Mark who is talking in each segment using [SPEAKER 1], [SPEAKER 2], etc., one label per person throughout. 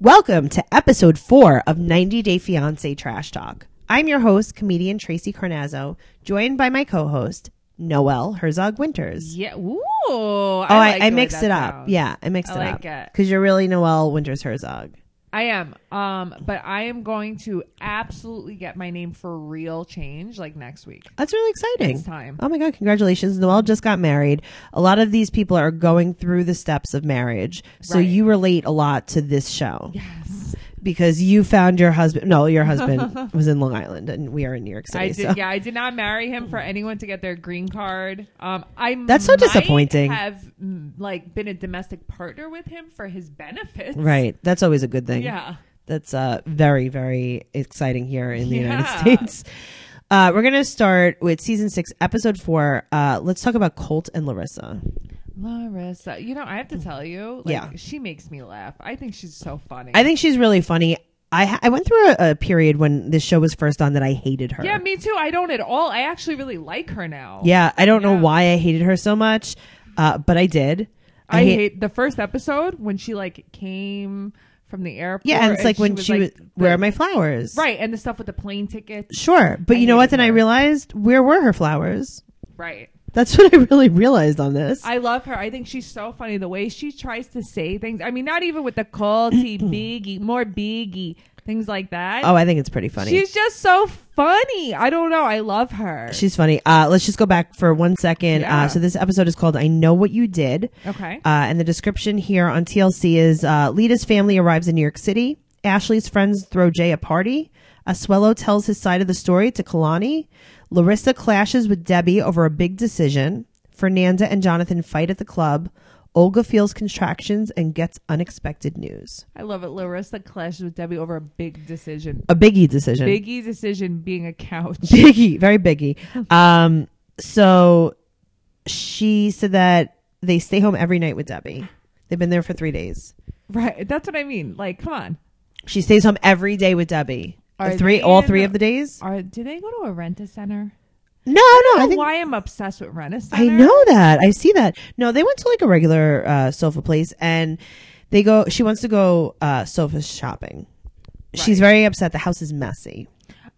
[SPEAKER 1] Welcome to episode four of 90 Day Fiancé Trash Talk. I'm your host, comedian Tracy Carnazzo, joined by my co host, Noelle Herzog Winters.
[SPEAKER 2] Yeah. Ooh.
[SPEAKER 1] Oh, I, I mixed it up. Yeah, I mixed
[SPEAKER 2] I
[SPEAKER 1] it
[SPEAKER 2] like
[SPEAKER 1] up.
[SPEAKER 2] it.
[SPEAKER 1] Because you're really Noelle Winters Herzog.
[SPEAKER 2] I am. Um, but I am going to absolutely get my name for real change like next week.
[SPEAKER 1] That's really exciting.
[SPEAKER 2] It's time.
[SPEAKER 1] Oh my God, congratulations. Noelle just got married. A lot of these people are going through the steps of marriage. So
[SPEAKER 2] Right.
[SPEAKER 1] you relate a lot to this show
[SPEAKER 2] Yes.
[SPEAKER 1] because you found your husband. No, your husband was in Long Island and we are in New York City.
[SPEAKER 2] I did.
[SPEAKER 1] so.
[SPEAKER 2] Yeah, I did not marry him for anyone to get their green card. Um, I
[SPEAKER 1] That's so
[SPEAKER 2] might
[SPEAKER 1] disappointing.
[SPEAKER 2] Have mm, like been a domestic partner with him for his benefits.
[SPEAKER 1] Right. That's always a good thing.
[SPEAKER 2] Yeah.
[SPEAKER 1] That's uh, very, very exciting here in the United
[SPEAKER 2] Yeah.
[SPEAKER 1] States. Uh, we're going to start with season six, episode four. Uh, let's talk about Colt and Larissa.
[SPEAKER 2] Larissa, you know, I have to tell you, like,
[SPEAKER 1] Yeah.
[SPEAKER 2] she makes me laugh. I think she's so funny.
[SPEAKER 1] I think she's really funny. I, ha- I went through a, a period when this show was first on that I hated her.
[SPEAKER 2] yeah, me too. I don't at all. I actually really like her now.
[SPEAKER 1] Yeah, I don't know
[SPEAKER 2] Yeah.
[SPEAKER 1] why I hated her so much, uh, but I did.
[SPEAKER 2] I,
[SPEAKER 1] ha-
[SPEAKER 2] hate, the first episode when she like came from the airport.
[SPEAKER 1] Yeah, and it's like when she was, where are my flowers?
[SPEAKER 2] right, and the stuff with the plane tickets.
[SPEAKER 1] Sure, but
[SPEAKER 2] I
[SPEAKER 1] you know what?
[SPEAKER 2] hated
[SPEAKER 1] Then I
[SPEAKER 2] her.
[SPEAKER 1] realized where were her flowers?
[SPEAKER 2] Right.
[SPEAKER 1] That's what I really realized on this.
[SPEAKER 2] I love her. I think she's so funny the way she tries to say things. I mean, not even with the culty biggie, more biggie, things like that.
[SPEAKER 1] oh, I think it's pretty funny.
[SPEAKER 2] She's just so funny. I don't know. I love her.
[SPEAKER 1] She's funny. Uh, let's just go back for one second. Uh,
[SPEAKER 2] Yeah.
[SPEAKER 1] so this episode is called "I Know What You Did."
[SPEAKER 2] Okay.
[SPEAKER 1] Uh, and the description here on TLC is: uh, Lita's family arrives in New York City. Ashley's friends throw Jay a party. Asuelo tells his side of the story to Kalani. Larissa clashes with Debbie over a big decision. Fernanda and Jonathan fight at the club. Olga feels contractions and gets unexpected news.
[SPEAKER 2] I love it. Larissa clashes with Debbie over a big decision.
[SPEAKER 1] A biggie decision.
[SPEAKER 2] Biggie decision being a couch.
[SPEAKER 1] biggie, very biggie. Um, so she said that they stay home every night with Debbie. They've been there for three days.
[SPEAKER 2] right. That's what I mean. Like, come on.
[SPEAKER 1] She stays home every day with Debbie. The
[SPEAKER 2] Are
[SPEAKER 1] three,
[SPEAKER 2] they
[SPEAKER 1] all
[SPEAKER 2] in
[SPEAKER 1] three
[SPEAKER 2] the-
[SPEAKER 1] of the days.
[SPEAKER 2] Are do they go to a rent a center?
[SPEAKER 1] No, no,
[SPEAKER 2] I
[SPEAKER 1] I
[SPEAKER 2] don't know
[SPEAKER 1] think
[SPEAKER 2] why I'm obsessed with rent a center.
[SPEAKER 1] I know that. I see that. No, they went to like a regular uh, sofa place, and they go. She wants to go uh, sofa shopping. She's
[SPEAKER 2] Right.
[SPEAKER 1] very upset. The house is messy.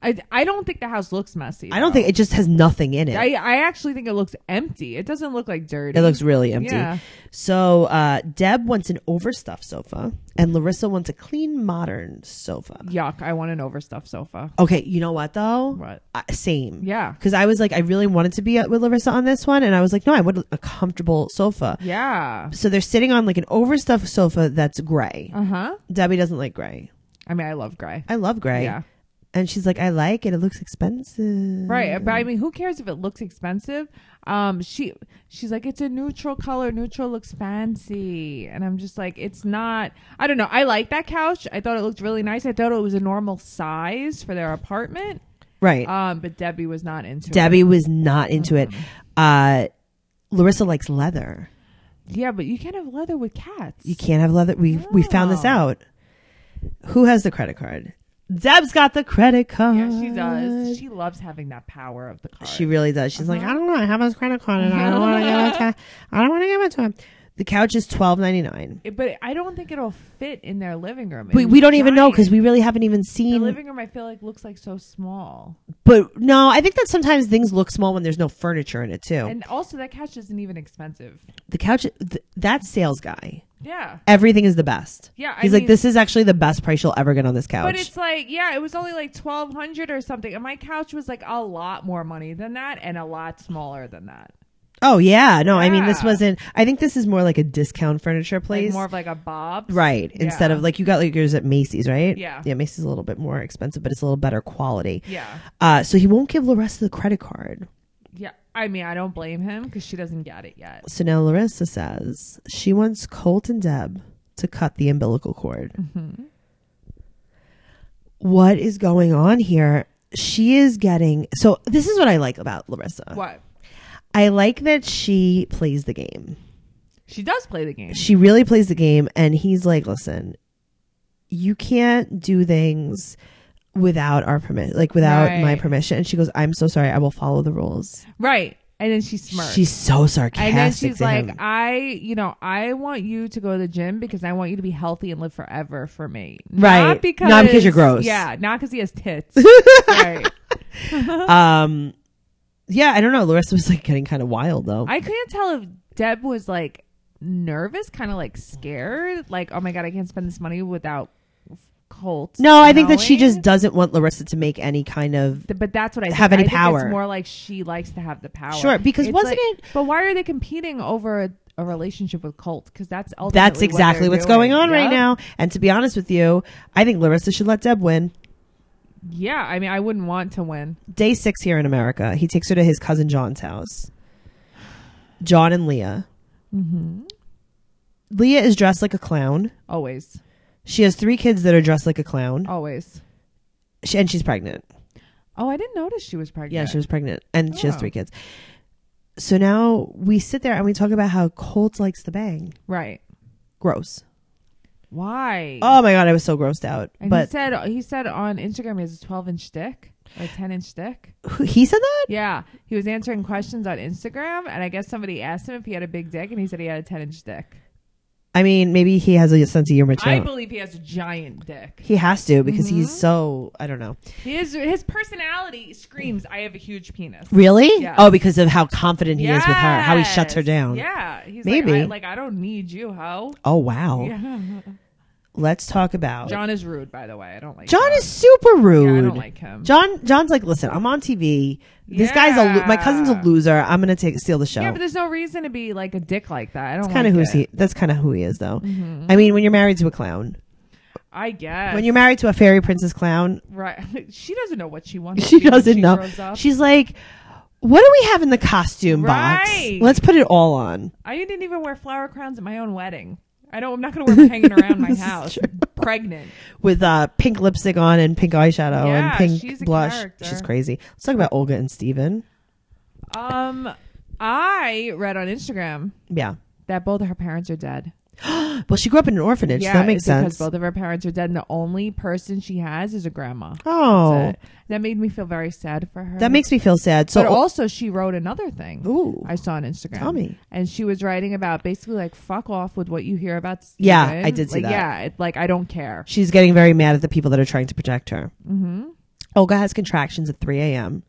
[SPEAKER 2] I, I don't think the house looks messy.
[SPEAKER 1] I don't
[SPEAKER 2] though.
[SPEAKER 1] think it just has nothing in it.
[SPEAKER 2] I, I actually think it looks empty. It doesn't look like dirty.
[SPEAKER 1] It looks really empty.
[SPEAKER 2] Mm-hmm. Yeah.
[SPEAKER 1] So uh, Deb wants an overstuffed sofa, and Larissa wants a clean, modern sofa.
[SPEAKER 2] yuck. I want an overstuffed sofa.
[SPEAKER 1] Okay, you know what though?
[SPEAKER 2] What?
[SPEAKER 1] Uh, same.
[SPEAKER 2] Yeah.
[SPEAKER 1] Because I was like, I really wanted to be with Larissa on this one, and I was like, no, I want a comfortable sofa.
[SPEAKER 2] Yeah.
[SPEAKER 1] So they're sitting on like an overstuffed sofa that's gray.
[SPEAKER 2] Uh huh.
[SPEAKER 1] Debbie doesn't like gray.
[SPEAKER 2] I mean, I love gray.
[SPEAKER 1] I love gray.
[SPEAKER 2] Yeah.
[SPEAKER 1] And she's like, I like it. It looks expensive.
[SPEAKER 2] Right. But I
[SPEAKER 1] Mm.
[SPEAKER 2] mean, who cares if it looks expensive? Um, she she's like, it's a neutral color. Neutral looks fancy, and I'm just like, it's not. I don't know. I like that couch. I thought it looked really nice. I thought it was a normal size for their apartment.
[SPEAKER 1] Right.
[SPEAKER 2] Um, but Debbie was not into it.
[SPEAKER 1] Debbie was not into
[SPEAKER 2] Mm-hmm.
[SPEAKER 1] it. Uh, Larissa likes leather.
[SPEAKER 2] Yeah, but you can't have leather with cats.
[SPEAKER 1] You can't have leather. We we found this
[SPEAKER 2] Oh.
[SPEAKER 1] out. Who has the credit card? Deb's got the credit card.
[SPEAKER 2] Yeah, she does. Uh-huh. She loves having that power of the card.
[SPEAKER 1] She really does. She's like, I don't know. I have his credit card, and I don't want to give it to. I don't want to give it to him. The couch is twelve ninety nine.
[SPEAKER 2] It- but I don't think it'll fit in their living room.
[SPEAKER 1] We
[SPEAKER 2] It's
[SPEAKER 1] we don't even know because
[SPEAKER 2] giant.
[SPEAKER 1] we really haven't even
[SPEAKER 2] the
[SPEAKER 1] seen.
[SPEAKER 2] living room I feel like looks like so small,
[SPEAKER 1] but no, I think that sometimes things look small when there's no furniture in it too.
[SPEAKER 2] and also that couch isn't even expensive.
[SPEAKER 1] the couch, th- that sales guy,
[SPEAKER 2] Yeah,
[SPEAKER 1] everything is the best.
[SPEAKER 2] Yeah, I
[SPEAKER 1] he's like,
[SPEAKER 2] mean-
[SPEAKER 1] this is actually the best price you'll ever get on this couch.
[SPEAKER 2] but it's like yeah, it was only like twelve hundred or something, and my couch was like a lot more money than that and a lot smaller than that.
[SPEAKER 1] Oh yeah, no, I mean this
[SPEAKER 2] Yeah.
[SPEAKER 1] wasn't. I think this is more like a discount furniture
[SPEAKER 2] Like
[SPEAKER 1] place,
[SPEAKER 2] more of like a Bob's,
[SPEAKER 1] right? Instead
[SPEAKER 2] Yeah.
[SPEAKER 1] of like you got like yours at Macy's, right?
[SPEAKER 2] Yeah.
[SPEAKER 1] yeah. Macy's is a little bit more expensive, but it's a little better quality.
[SPEAKER 2] yeah,
[SPEAKER 1] Uh, so he won't give Larissa the credit card.
[SPEAKER 2] yeah. I mean, I don't blame him because she doesn't get it yet.
[SPEAKER 1] So now Larissa says she wants Colt and Deb to cut the umbilical cord.
[SPEAKER 2] Mm-hmm.
[SPEAKER 1] What is going on here? She is getting so. This is what I like about Larissa.
[SPEAKER 2] What
[SPEAKER 1] I like that she plays the game.
[SPEAKER 2] she does play the game.
[SPEAKER 1] she really plays the game and he's like listen you can't do things without our permission like without
[SPEAKER 2] Right.
[SPEAKER 1] my permission and she goes i'm so sorry i will follow the rules
[SPEAKER 2] Right. and then she smirks.
[SPEAKER 1] She's so sarcastic.
[SPEAKER 2] and then she's
[SPEAKER 1] to
[SPEAKER 2] like,
[SPEAKER 1] him.
[SPEAKER 2] I, you know, I want you to go to the gym because I want you to be healthy and live forever for me.
[SPEAKER 1] Right.
[SPEAKER 2] Not because,
[SPEAKER 1] Not because you're gross.
[SPEAKER 2] Yeah. Not because he has tits. right. "Oh."
[SPEAKER 1] um, yeah, I don't know. Larissa was like getting kind of wild though.
[SPEAKER 2] I couldn't tell if Deb was like nervous, kind of like scared, like, oh my God, I can't spend this money without Colt.
[SPEAKER 1] no, I think that she
[SPEAKER 2] knowing.
[SPEAKER 1] just doesn't want Larissa to make any kind of.
[SPEAKER 2] Th- But that's what I think.
[SPEAKER 1] have any
[SPEAKER 2] I think
[SPEAKER 1] power.
[SPEAKER 2] it's more like she likes to have the power.
[SPEAKER 1] Sure, because
[SPEAKER 2] It's
[SPEAKER 1] wasn't
[SPEAKER 2] like-
[SPEAKER 1] it-
[SPEAKER 2] But why are they competing over a, a relationship with Colt? Because that's ultimately
[SPEAKER 1] That's exactly
[SPEAKER 2] what
[SPEAKER 1] what's
[SPEAKER 2] they're doing.
[SPEAKER 1] going on right
[SPEAKER 2] Yup.
[SPEAKER 1] now. And to be honest with you, I think Larissa should let Deb win.
[SPEAKER 2] Yeah, I mean, I wouldn't want to win.
[SPEAKER 1] Day six here in America, he takes her to his cousin John's house. John and Leah. Mm-hmm. Leah is dressed like a clown.
[SPEAKER 2] Always,
[SPEAKER 1] She has three kids that are dressed like a
[SPEAKER 2] Oh.
[SPEAKER 1] clown,
[SPEAKER 2] always.
[SPEAKER 1] she, and she's pregnant.
[SPEAKER 2] Oh, I didn't notice she was pregnant.
[SPEAKER 1] Yeah, she was pregnant, and she has
[SPEAKER 2] Oh.
[SPEAKER 1] three kids. So now we sit there and we talk about how Colt likes the bang.
[SPEAKER 2] right.
[SPEAKER 1] Gross.
[SPEAKER 2] Why?
[SPEAKER 1] Oh my god, I was so grossed out.
[SPEAKER 2] and he
[SPEAKER 1] but
[SPEAKER 2] said he said on Instagram he has a 12 inch dick or 10 inch dick.
[SPEAKER 1] who- he said that.
[SPEAKER 2] Yeah, he was answering questions on Instagram, and I guess somebody asked him if he had a big dick, and he said he had a 10 inch dick.
[SPEAKER 1] I mean, maybe he has a sense of humor too.
[SPEAKER 2] I Mm-hmm. believe he has a giant dick.
[SPEAKER 1] he has to because he's so I don't know.
[SPEAKER 2] His his personality screams, "I have a huge penis."
[SPEAKER 1] Really?
[SPEAKER 2] Yes.
[SPEAKER 1] Oh, because of how confident he is with her, how he shuts her
[SPEAKER 2] Yes.
[SPEAKER 1] down.
[SPEAKER 2] Yeah, he's
[SPEAKER 1] Maybe.
[SPEAKER 2] like I, like, I don't need you, ho.
[SPEAKER 1] Oh wow.
[SPEAKER 2] Yeah.
[SPEAKER 1] Let's talk about John.
[SPEAKER 2] John is rude, by the way. I don't like
[SPEAKER 1] is super rude.
[SPEAKER 2] Yeah, I don't like him.
[SPEAKER 1] John John's like, listen, I'm on TV. This guy's a lo- my cousin's a
[SPEAKER 2] Yeah.
[SPEAKER 1] loser. I'm gonna take steal the show.
[SPEAKER 2] Yeah, but there's no reason to be like a dick like that. I don't.
[SPEAKER 1] kind
[SPEAKER 2] like
[SPEAKER 1] of who's
[SPEAKER 2] it. Mm-hmm.
[SPEAKER 1] he that's kind of who he is though i mean when you're married to a clown
[SPEAKER 2] I guess.
[SPEAKER 1] when you're married to a fairy princess clown
[SPEAKER 2] right, she doesn't know what she wants.
[SPEAKER 1] she
[SPEAKER 2] to be when
[SPEAKER 1] doesn't
[SPEAKER 2] she
[SPEAKER 1] know
[SPEAKER 2] grows up.
[SPEAKER 1] she's like what do we have in the costume
[SPEAKER 2] Right.
[SPEAKER 1] box let's put it all on
[SPEAKER 2] I didn't even wear flower crowns at my own wedding. I don't. I'm not going to wear them hanging around my
[SPEAKER 1] This is
[SPEAKER 2] house,
[SPEAKER 1] true.
[SPEAKER 2] pregnant.
[SPEAKER 1] with uh pink lipstick on and pink eyeshadow
[SPEAKER 2] Yeah,
[SPEAKER 1] and pink
[SPEAKER 2] she's a
[SPEAKER 1] blush
[SPEAKER 2] character.
[SPEAKER 1] she's crazy let's talk about olga and steven
[SPEAKER 2] Um, I read on Instagram
[SPEAKER 1] yeah
[SPEAKER 2] that both of her parents are dead.
[SPEAKER 1] well she grew up in an orphanage so that makes
[SPEAKER 2] it's because
[SPEAKER 1] sense
[SPEAKER 2] both of her parents are dead, and the only person she has is a grandma.
[SPEAKER 1] oh
[SPEAKER 2] That's it. that made me feel very sad for her.
[SPEAKER 1] that makes me feel sad so
[SPEAKER 2] But also, she wrote another thing.
[SPEAKER 1] Ooh.
[SPEAKER 2] I saw on Instagram.
[SPEAKER 1] Tell me.
[SPEAKER 2] And she was writing about basically like fuck off with what you hear about. Steven.
[SPEAKER 1] Yeah, I did see
[SPEAKER 2] like,
[SPEAKER 1] that.
[SPEAKER 2] Yeah, it, like I don't care.
[SPEAKER 1] she's getting very mad at the people that are trying to protect her mm-hmm. olga has contractions at 3 a.m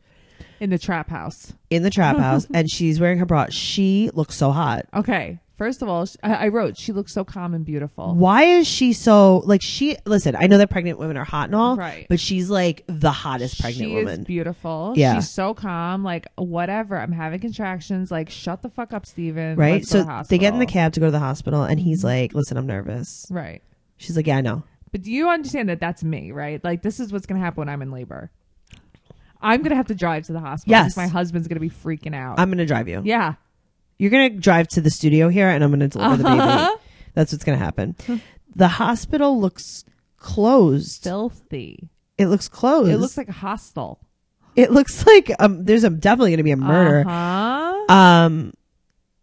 [SPEAKER 2] In the trap house.
[SPEAKER 1] in the trap house and she's wearing her bra. She looks so hot.
[SPEAKER 2] Okay. First of all, sh- I, I wrote she looks so calm and beautiful.
[SPEAKER 1] Why is she so like she listen, I know that pregnant women are hot and all,
[SPEAKER 2] Right.
[SPEAKER 1] but she's like the hottest pregnant
[SPEAKER 2] she
[SPEAKER 1] woman.
[SPEAKER 2] is beautiful.
[SPEAKER 1] Yeah.
[SPEAKER 2] She's so calm. Like whatever. I'm having contractions. Like shut the fuck up, Steven.
[SPEAKER 1] right?
[SPEAKER 2] Let's go to
[SPEAKER 1] So they get in the
[SPEAKER 2] hospital. Mm-hmm.
[SPEAKER 1] cab to go to the hospital and he's like, "Listen, I'm nervous."
[SPEAKER 2] Right.
[SPEAKER 1] She's like, "Yeah, I know."
[SPEAKER 2] But do you understand that that's me, right? Like this is what's going to happen when I'm in labor. I'm going to have to drive to the hospital.
[SPEAKER 1] Yes.
[SPEAKER 2] 'cause My husband's going to be freaking out.
[SPEAKER 1] I'm going to drive you.
[SPEAKER 2] yeah.
[SPEAKER 1] You're going to drive to the studio here and I'm going to deliver the
[SPEAKER 2] Uh-huh.
[SPEAKER 1] baby. That's what's going to happen. the hospital looks closed.
[SPEAKER 2] Filthy.
[SPEAKER 1] It looks closed.
[SPEAKER 2] It looks like a hostel.
[SPEAKER 1] It looks like um there's a definitely going to be a murder.
[SPEAKER 2] Uh-huh. Huh?
[SPEAKER 1] Um,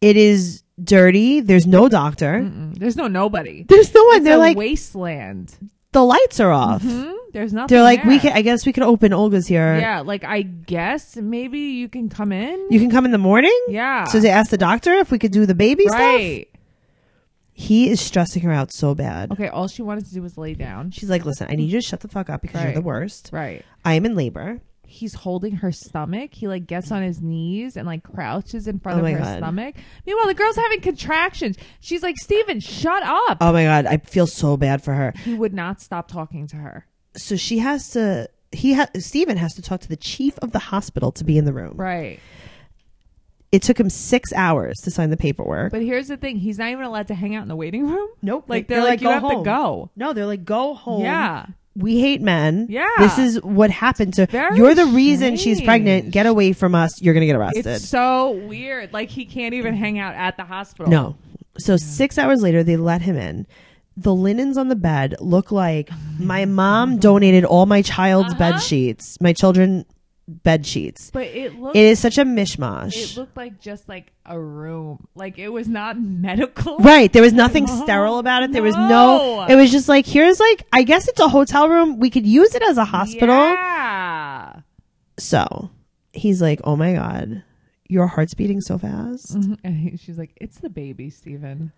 [SPEAKER 1] it is dirty. There's no doctor.
[SPEAKER 2] Mm, There's no nobody.
[SPEAKER 1] There's no one.
[SPEAKER 2] It's
[SPEAKER 1] They're
[SPEAKER 2] a
[SPEAKER 1] like
[SPEAKER 2] wasteland.
[SPEAKER 1] the lights are off.
[SPEAKER 2] Hmm? There's nothing.
[SPEAKER 1] They're like we
[SPEAKER 2] there.
[SPEAKER 1] can. I guess we could open Olga's here.
[SPEAKER 2] Yeah, like I guess maybe you can come in.
[SPEAKER 1] You can come in the morning.
[SPEAKER 2] yeah.
[SPEAKER 1] So they asked the doctor if we could do the baby stuff.
[SPEAKER 2] right.
[SPEAKER 1] He is stressing her out so bad.
[SPEAKER 2] Okay. All she wanted to do was lay down.
[SPEAKER 1] She's like, "Listen, I need you to shut the fuck up because you're
[SPEAKER 2] Right.
[SPEAKER 1] the worst.
[SPEAKER 2] Right.
[SPEAKER 1] I am in labor.
[SPEAKER 2] He's holding her stomach. He like gets on his knees and like crouches in front
[SPEAKER 1] Oh
[SPEAKER 2] of
[SPEAKER 1] my
[SPEAKER 2] her
[SPEAKER 1] God.
[SPEAKER 2] stomach. Meanwhile, the girl's having contractions. She's like, Steven, shut up.
[SPEAKER 1] Oh my god, I feel so bad for her.
[SPEAKER 2] he would not stop talking to her.
[SPEAKER 1] So she has to. He ha- Stephen has to talk to the chief of the hospital to be in the room.
[SPEAKER 2] Right.
[SPEAKER 1] It took him six hours to sign the paperwork.
[SPEAKER 2] But here's the thing: he's not even allowed to hang out in the waiting room.
[SPEAKER 1] Nope.
[SPEAKER 2] Like they're, like, you have to go.
[SPEAKER 1] No, they're like go home.
[SPEAKER 2] Yeah.
[SPEAKER 1] We hate men.
[SPEAKER 2] Yeah.
[SPEAKER 1] This is what happened to
[SPEAKER 2] Very
[SPEAKER 1] You're the reason she's
[SPEAKER 2] strange.
[SPEAKER 1] pregnant. Get away from us. You're gonna get arrested.
[SPEAKER 2] It's so weird. Like he can't even hang out at the hospital.
[SPEAKER 1] no. So six hours later they let him in. The linens on the bed look like my mom donated all my child's
[SPEAKER 2] Uh-huh.
[SPEAKER 1] bed sheets, my children bed sheets.
[SPEAKER 2] But it looked
[SPEAKER 1] It
[SPEAKER 2] it,
[SPEAKER 1] is such a mishmash.
[SPEAKER 2] looked like just like a room. Like it was not medical.
[SPEAKER 1] Right. There was nothing sterile about it. There was no
[SPEAKER 2] No.
[SPEAKER 1] it was just like here's like I guess it's a hotel room. We could use it as a hospital.
[SPEAKER 2] Yeah.
[SPEAKER 1] So he's like, Oh my God, Your heart's beating so fast.
[SPEAKER 2] Mhm. And he, she's like, "It's the baby, Steven.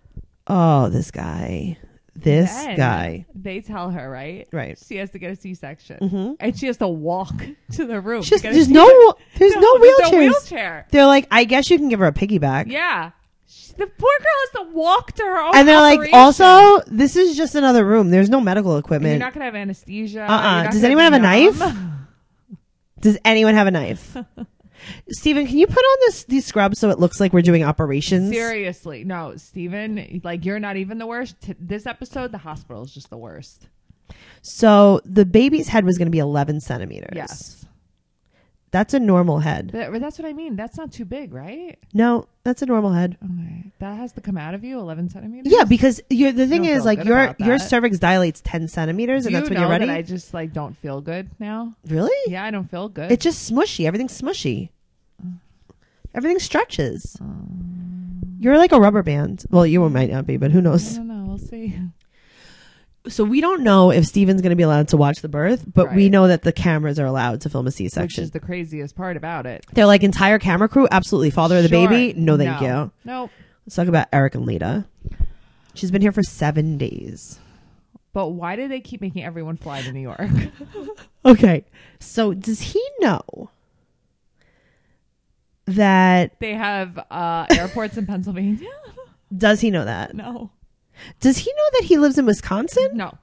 [SPEAKER 1] Oh, this guy. This
[SPEAKER 2] Then
[SPEAKER 1] guy.
[SPEAKER 2] They tell her right.
[SPEAKER 1] Right.
[SPEAKER 2] She has to get a C-section,
[SPEAKER 1] Mm-hmm.
[SPEAKER 2] and she has to walk to the room. to
[SPEAKER 1] Just,
[SPEAKER 2] get a
[SPEAKER 1] there's
[SPEAKER 2] C-
[SPEAKER 1] no there's no,
[SPEAKER 2] Oh, there's
[SPEAKER 1] wheelchairs.
[SPEAKER 2] wheelchair.
[SPEAKER 1] They're like, I guess you can give her a piggyback.
[SPEAKER 2] Yeah, she, the poor girl has to walk to her own.
[SPEAKER 1] And they're like,
[SPEAKER 2] operation.
[SPEAKER 1] also, this is just another room. There's no medical
[SPEAKER 2] And you're
[SPEAKER 1] equipment.
[SPEAKER 2] not gonna have anesthesia.
[SPEAKER 1] Uh-uh.
[SPEAKER 2] You're not
[SPEAKER 1] Does
[SPEAKER 2] gonna
[SPEAKER 1] anyone
[SPEAKER 2] be
[SPEAKER 1] have a
[SPEAKER 2] numb.
[SPEAKER 1] Does anyone have a knife? Steven, can you put on this these scrubs so it looks like we're doing operations?
[SPEAKER 2] Seriously, no, Steven, like you're not even the worst. T- this episode, the hospital is just the worst.
[SPEAKER 1] So the baby's head was going to be 11 centimeters.
[SPEAKER 2] Yes,
[SPEAKER 1] That's a normal head.
[SPEAKER 2] But- but that's what I mean. That's not too big, right?
[SPEAKER 1] No, that's a normal head.
[SPEAKER 2] Okay, that has to come out of you, eleven centimeters.
[SPEAKER 1] Yeah, because you're, the thing
[SPEAKER 2] don't
[SPEAKER 1] is,
[SPEAKER 2] feel
[SPEAKER 1] like
[SPEAKER 2] good
[SPEAKER 1] your
[SPEAKER 2] about
[SPEAKER 1] your
[SPEAKER 2] that.
[SPEAKER 1] cervix dilates ten centimeters,
[SPEAKER 2] Do
[SPEAKER 1] and
[SPEAKER 2] you
[SPEAKER 1] that's when
[SPEAKER 2] know
[SPEAKER 1] you're ready.
[SPEAKER 2] that I just like don't feel good now.
[SPEAKER 1] Really?
[SPEAKER 2] Yeah, I don't feel good.
[SPEAKER 1] It's just smushy. Everything's smushy. Everything stretches.
[SPEAKER 2] Mm.
[SPEAKER 1] You're like a rubber band. Well, you might not be, but who
[SPEAKER 2] I
[SPEAKER 1] knows?
[SPEAKER 2] don't know. We'll see.
[SPEAKER 1] So we don't know if Steven's going to be allowed to watch the birth, but we
[SPEAKER 2] Right.
[SPEAKER 1] know that the cameras are allowed to film a
[SPEAKER 2] Which
[SPEAKER 1] C-section.
[SPEAKER 2] is the craziest part about it.
[SPEAKER 1] They're like entire camera crew, absolutely. Father of the
[SPEAKER 2] Sure.
[SPEAKER 1] baby, no, thank you.
[SPEAKER 2] Nope.
[SPEAKER 1] Let's talk about Eric and Lita. She's been here for seven days.
[SPEAKER 2] But why do they keep making everyone fly to New York?
[SPEAKER 1] Okay, so does he know that?
[SPEAKER 2] they have uh, airports in Pennsylvania.
[SPEAKER 1] Does he know that?
[SPEAKER 2] No,
[SPEAKER 1] Does he know that he lives in Wisconsin?
[SPEAKER 2] no.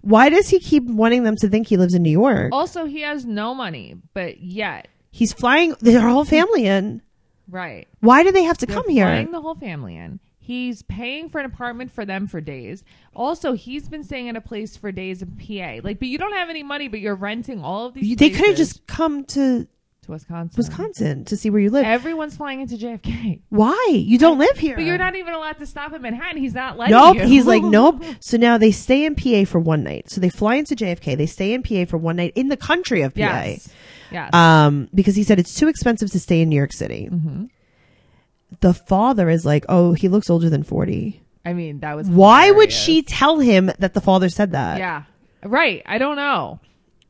[SPEAKER 1] Why does he keep wanting them to think he lives in New York?
[SPEAKER 2] Also, he has no money, but yet,
[SPEAKER 1] He's flying their whole family in.
[SPEAKER 2] right?
[SPEAKER 1] Why do they have to
[SPEAKER 2] They're
[SPEAKER 1] come here?
[SPEAKER 2] Flying the whole family in. He's paying for an apartment for them for days. Also, he's been staying at a place for days in PA. Like, but you don't have any money, but you're renting all of these.
[SPEAKER 1] You- they could have
[SPEAKER 2] places
[SPEAKER 1] just come to
[SPEAKER 2] to Wisconsin.
[SPEAKER 1] Wisconsin to see where you live.
[SPEAKER 2] Everyone's flying into JFK,
[SPEAKER 1] Why? You don't live here.
[SPEAKER 2] but you're not even allowed to stop in Manhattan. He's not letting
[SPEAKER 1] Nope.
[SPEAKER 2] you.
[SPEAKER 1] He's like, nope. So now they stay in PA for one night. So they fly into JFK. They stay in PA for one night in the country of PA.
[SPEAKER 2] Yes. Yes.
[SPEAKER 1] Um, because he said it's too expensive to stay in New York City.
[SPEAKER 2] Mm-hmm.
[SPEAKER 1] The father is like, oh, he looks older than 40.
[SPEAKER 2] I mean, that was.
[SPEAKER 1] Why would
[SPEAKER 2] hilarious.
[SPEAKER 1] she tell him that the father said that?
[SPEAKER 2] Yeah. Right. I don't know.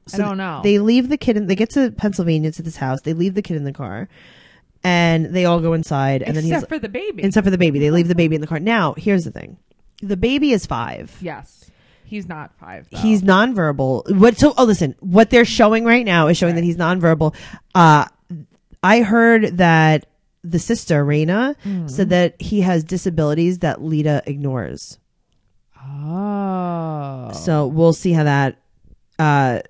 [SPEAKER 1] So
[SPEAKER 2] I don't know.
[SPEAKER 1] They leave the kid in, they get to Pennsylvania to this house. They leave the kid in the car and they all go inside. And
[SPEAKER 2] Except
[SPEAKER 1] then he's,
[SPEAKER 2] for the baby.
[SPEAKER 1] except for the baby, they leave the baby in the car. Now, here's the thing the baby is five.
[SPEAKER 2] yes. He's not five. Though.
[SPEAKER 1] He's nonverbal. What? So, oh, listen. What they're showing right now is showing that he's nonverbal. Uh, I heard that the sister Raina
[SPEAKER 2] Hmm.
[SPEAKER 1] said that he has disabilities that Lita ignores.
[SPEAKER 2] Oh.
[SPEAKER 1] So we'll see how that uh,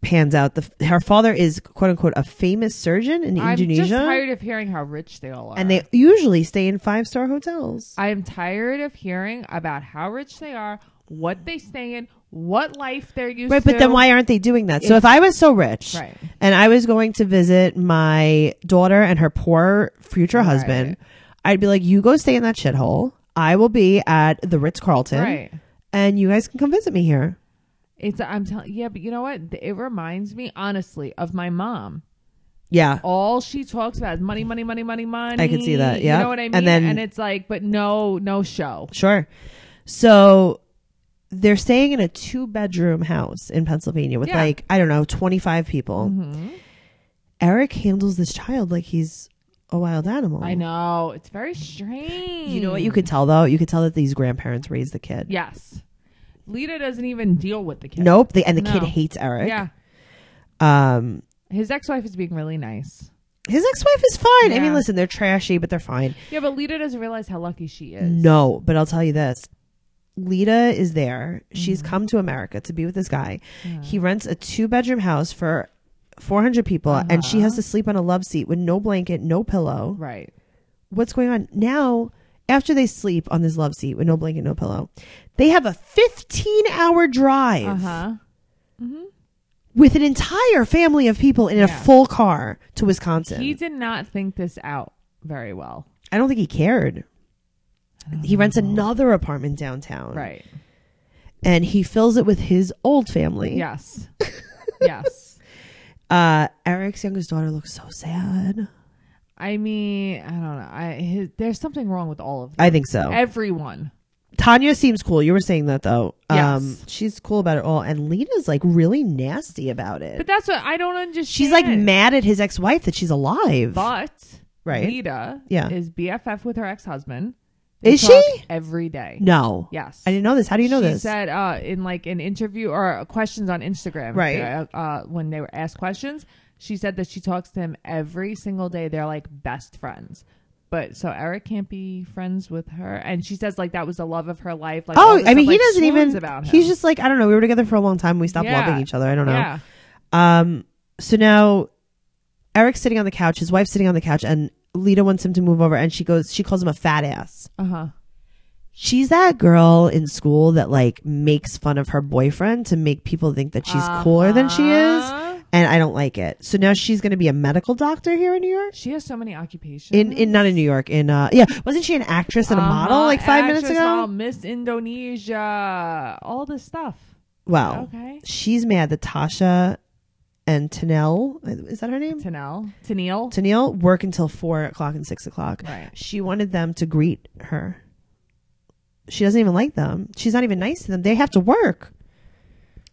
[SPEAKER 1] pans out. The her father is quote unquote a famous surgeon in
[SPEAKER 2] I'm just
[SPEAKER 1] Indonesia,
[SPEAKER 2] tired of hearing how rich they all are.
[SPEAKER 1] and they usually stay in five star hotels.
[SPEAKER 2] I am tired of hearing about how rich they are, what they stay in, what life they're used
[SPEAKER 1] Right,
[SPEAKER 2] to.
[SPEAKER 1] but then why aren't they doing that? So if I was so rich
[SPEAKER 2] Right.
[SPEAKER 1] and I was going to visit my daughter and her poor future husband, I'd be like, you go stay in that shithole. I will be at the Ritz Carlton,
[SPEAKER 2] Right.
[SPEAKER 1] and you guys can come visit me here.
[SPEAKER 2] It's I'm telling. Yeah, but you know what? It reminds me, honestly, of my mom.
[SPEAKER 1] Yeah,
[SPEAKER 2] all she talks about is money, money, money, money, money.
[SPEAKER 1] I can see that, yeah.
[SPEAKER 2] you know what I mean.
[SPEAKER 1] And then-
[SPEAKER 2] and it's like, but no, no show.
[SPEAKER 1] sure. So they're staying in a two bedroom house in Pennsylvania with
[SPEAKER 2] Yeah. Mm-hmm.
[SPEAKER 1] like I don't know twenty five people. Eric handles this child like he's a wild animal.
[SPEAKER 2] I know it's very strange.
[SPEAKER 1] You know what you could tell though? You could tell that these grandparents raised the kid.
[SPEAKER 2] Yes, Lita doesn't even deal with the kid.
[SPEAKER 1] Nope. They, and the kid
[SPEAKER 2] No.
[SPEAKER 1] hates Eric.
[SPEAKER 2] Yeah,
[SPEAKER 1] Um,
[SPEAKER 2] his ex-wife is being really nice.
[SPEAKER 1] his ex-wife is fine. I mean,
[SPEAKER 2] Yeah.
[SPEAKER 1] listen, they're trashy, but they're fine.
[SPEAKER 2] Yeah, but Lita doesn't realize how lucky she is.
[SPEAKER 1] No, but I'll tell you this. Lita is there. She's
[SPEAKER 2] Mm-hmm.
[SPEAKER 1] come to America to be with this guy. He rents a two-bedroom house for 400 people and she
[SPEAKER 2] Uh-huh.
[SPEAKER 1] has to sleep on a love seat with no blanket, no pillow.
[SPEAKER 2] Right.
[SPEAKER 1] What's going on? Now, after they sleep on this love seat with no blanket, no pillow, they have a 15-hour drive.
[SPEAKER 2] Uh huh.
[SPEAKER 1] with an entire family of people in a
[SPEAKER 2] Yeah.
[SPEAKER 1] full car to Wisconsin.
[SPEAKER 2] He did not think this out very well.
[SPEAKER 1] I don't think he cared. He rents another apartment downtown.
[SPEAKER 2] Oh. Right.
[SPEAKER 1] And he fills it with his old family.
[SPEAKER 2] Yes. yes.
[SPEAKER 1] Uh, Eric's youngest daughter looks so sad.
[SPEAKER 2] I mean, I don't know. I his, there's something wrong with all of them.
[SPEAKER 1] I think so.
[SPEAKER 2] Everyone.
[SPEAKER 1] Tanya seems cool. You were saying that though. Um,
[SPEAKER 2] Yes.
[SPEAKER 1] she's cool about it all, and Lita's like really nasty about it.
[SPEAKER 2] But that's what I don't understand.
[SPEAKER 1] she's like mad at his ex-wife that she's alive.
[SPEAKER 2] But
[SPEAKER 1] Right.
[SPEAKER 2] Lita
[SPEAKER 1] Yeah.
[SPEAKER 2] is BFF with her ex husband.
[SPEAKER 1] Is she?
[SPEAKER 2] every day?
[SPEAKER 1] no,
[SPEAKER 2] Yes.
[SPEAKER 1] I didn't know this. How do you know
[SPEAKER 2] she
[SPEAKER 1] this?
[SPEAKER 2] said uh, in like an interview or questions on Instagram,
[SPEAKER 1] Right.
[SPEAKER 2] Uh, uh, when they were asked questions, she said that she talks to him every single day. They're like best friends. But so Eric can't be friends with her, and she says like that was the love of her life. Like, all
[SPEAKER 1] oh,
[SPEAKER 2] this
[SPEAKER 1] I mean, he
[SPEAKER 2] stuff, like,
[SPEAKER 1] doesn't
[SPEAKER 2] swoons
[SPEAKER 1] even.
[SPEAKER 2] About him.
[SPEAKER 1] He's just like I don't know. We were together for a long time. We stopped
[SPEAKER 2] Yeah.
[SPEAKER 1] loving each other. I don't know.
[SPEAKER 2] yeah.
[SPEAKER 1] Um, so now Eric's sitting on the couch, his wife's sitting on the couch, and Lita wants him to move over, and she goes, she calls him a fat ass.
[SPEAKER 2] Uh huh.
[SPEAKER 1] She's that girl in school that like makes fun of her boyfriend to make people think that she's cooler than she is,
[SPEAKER 2] Uh-huh.
[SPEAKER 1] and I don't like it. So now she's going to be a medical doctor here in New York.
[SPEAKER 2] She has so many occupations.
[SPEAKER 1] In, in not in New York in uh yeah wasn't she an actress and a model
[SPEAKER 2] Uh-huh.
[SPEAKER 1] like five minutes
[SPEAKER 2] Actress,
[SPEAKER 1] ago
[SPEAKER 2] model, Miss Indonesia, all this stuff.
[SPEAKER 1] wow
[SPEAKER 2] Okay.
[SPEAKER 1] she's mad that Tasha and Tanel is that her name
[SPEAKER 2] Tanel, Tanil.
[SPEAKER 1] Tennille work until four o'clock and six o'clock.
[SPEAKER 2] Right.
[SPEAKER 1] She wanted them to greet her. She doesn't even like them. She's not even nice to them. They have to work.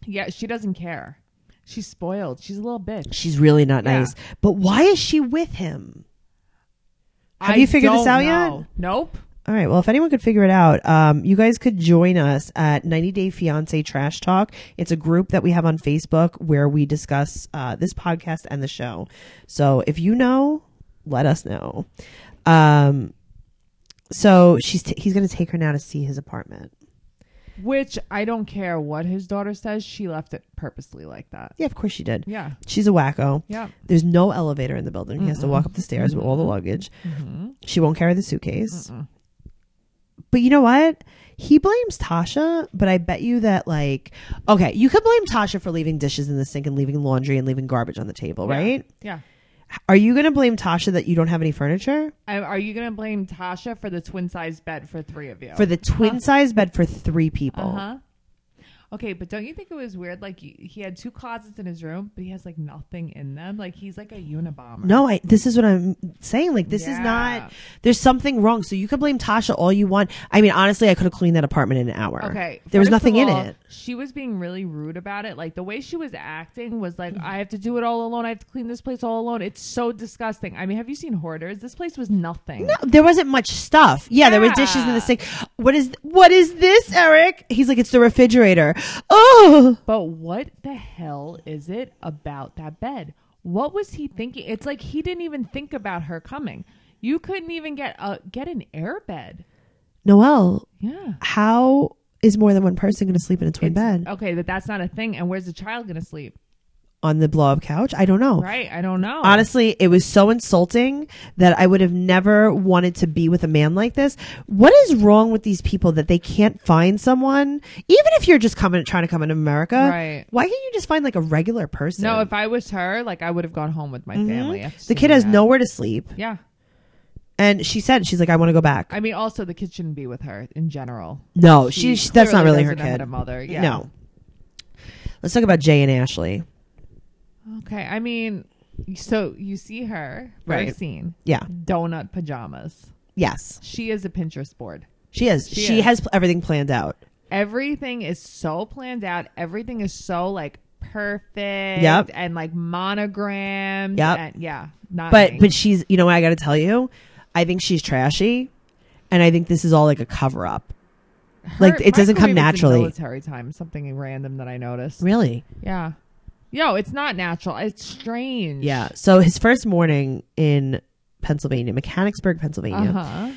[SPEAKER 2] Yeah, she doesn't care. She's spoiled. She's a little bitch.
[SPEAKER 1] She's really not
[SPEAKER 2] Yeah.
[SPEAKER 1] nice. But why is she with him? Have
[SPEAKER 2] I
[SPEAKER 1] you figured this
[SPEAKER 2] don't
[SPEAKER 1] out
[SPEAKER 2] know.
[SPEAKER 1] yet?
[SPEAKER 2] Nope.
[SPEAKER 1] All right. Well, if anyone could figure it out, um, you guys could join us at 90 Day Fiance Trash Talk. It's a group that we have on Facebook where we discuss uh, this podcast and the show. So if you know, let us know. Um, so she's t- he's going to take her now to see his apartment.
[SPEAKER 2] Which I don't care what his daughter says. She left it purposely like that.
[SPEAKER 1] Yeah, of course she did.
[SPEAKER 2] Yeah.
[SPEAKER 1] She's a wacko.
[SPEAKER 2] Yeah.
[SPEAKER 1] There's no elevator in the building. He has to walk up the stairs with all the luggage. She won't carry the suitcase. But you know what? He blames Tasha, but I bet you that, like, okay, you could blame Tasha for leaving dishes in the sink and leaving laundry and leaving garbage on the table, right?
[SPEAKER 2] Yeah.
[SPEAKER 1] Are you going to blame Tasha that you don't have any furniture?
[SPEAKER 2] I- Are you gonna blame Tasha for the twin size bed for three of you?
[SPEAKER 1] For the twin size bed for three people.
[SPEAKER 2] uh huh. Okay, but don't you think it was weird? Like he he had two closets in his room, but he has like nothing in them. Like he's like a unibomber.
[SPEAKER 1] No, I. This is what I'm saying. Like, this is
[SPEAKER 2] Yeah.
[SPEAKER 1] not. There's something wrong. So you can blame Tasha all you want. I mean, honestly, I could have cleaned that apartment in an hour.
[SPEAKER 2] Okay.
[SPEAKER 1] there was
[SPEAKER 2] first of
[SPEAKER 1] nothing in
[SPEAKER 2] all,
[SPEAKER 1] it.
[SPEAKER 2] She was being really rude about it. Like the way she was acting was like, I have to do it all alone. I have to clean this place all alone. It's so disgusting. I mean, have you seen Hoarders? This place was nothing.
[SPEAKER 1] No, there wasn't much stuff. Yeah, there were dishes in the
[SPEAKER 2] Yeah.
[SPEAKER 1] sink. What is what is this, Eric? He's like, it's the refrigerator. Oh,
[SPEAKER 2] But what the hell is it about that bed? What was he thinking? It's like he didn't even think about her coming. You couldn't even get a get an air bed.
[SPEAKER 1] Noel,
[SPEAKER 2] Yeah.
[SPEAKER 1] how is more than one person going to sleep in a twin bed
[SPEAKER 2] Okay, but that's not a thing. And where's the child gonna sleep?
[SPEAKER 1] on the blow up couch? I don't know.
[SPEAKER 2] Right? I don't know.
[SPEAKER 1] Honestly, it was so insulting that I would have never wanted to be with a man like this. What is wrong with these people that they can't find someone? Even if you're just coming, trying to come in America,
[SPEAKER 2] Right.
[SPEAKER 1] Why can't you just find like a regular person?
[SPEAKER 2] No, if I was her, like I would have gone home with my family. after
[SPEAKER 1] Mm-hmm. the
[SPEAKER 2] seeing
[SPEAKER 1] kid has
[SPEAKER 2] that.
[SPEAKER 1] nowhere to sleep,
[SPEAKER 2] Yeah.
[SPEAKER 1] and she said she's like, I want to go back.
[SPEAKER 2] I mean, also the kid shouldn't be with her in general.
[SPEAKER 1] No, she, she- that's not
[SPEAKER 2] clearly
[SPEAKER 1] really her
[SPEAKER 2] doesn't have
[SPEAKER 1] kid.
[SPEAKER 2] a mother, yeah.
[SPEAKER 1] No. Let's talk about Jay and Ashley.
[SPEAKER 2] Okay, I mean, so you see her
[SPEAKER 1] Right.
[SPEAKER 2] first scene,
[SPEAKER 1] Yeah.
[SPEAKER 2] donut pajamas.
[SPEAKER 1] Yes.
[SPEAKER 2] She is a Pinterest board.
[SPEAKER 1] She is. She,
[SPEAKER 2] She is.
[SPEAKER 1] has pl- everything planned out.
[SPEAKER 2] Everything is so planned out. Everything is so like perfect.
[SPEAKER 1] Yep.
[SPEAKER 2] and like monogrammed.
[SPEAKER 1] Yep.
[SPEAKER 2] and, yeah. Not
[SPEAKER 1] But
[SPEAKER 2] me.
[SPEAKER 1] but she's you know what I got to tell you? I think she's trashy and I think this is all like a cover up.
[SPEAKER 2] Her-
[SPEAKER 1] like, it doesn't
[SPEAKER 2] Michael
[SPEAKER 1] come
[SPEAKER 2] Reeves in
[SPEAKER 1] naturally.
[SPEAKER 2] Military time, something random that I noticed.
[SPEAKER 1] Really?
[SPEAKER 2] Yeah. Yo, it's not natural. It's strange.
[SPEAKER 1] Yeah. So his first morning in Pennsylvania, Mechanicsburg, Pennsylvania.
[SPEAKER 2] Uh huh.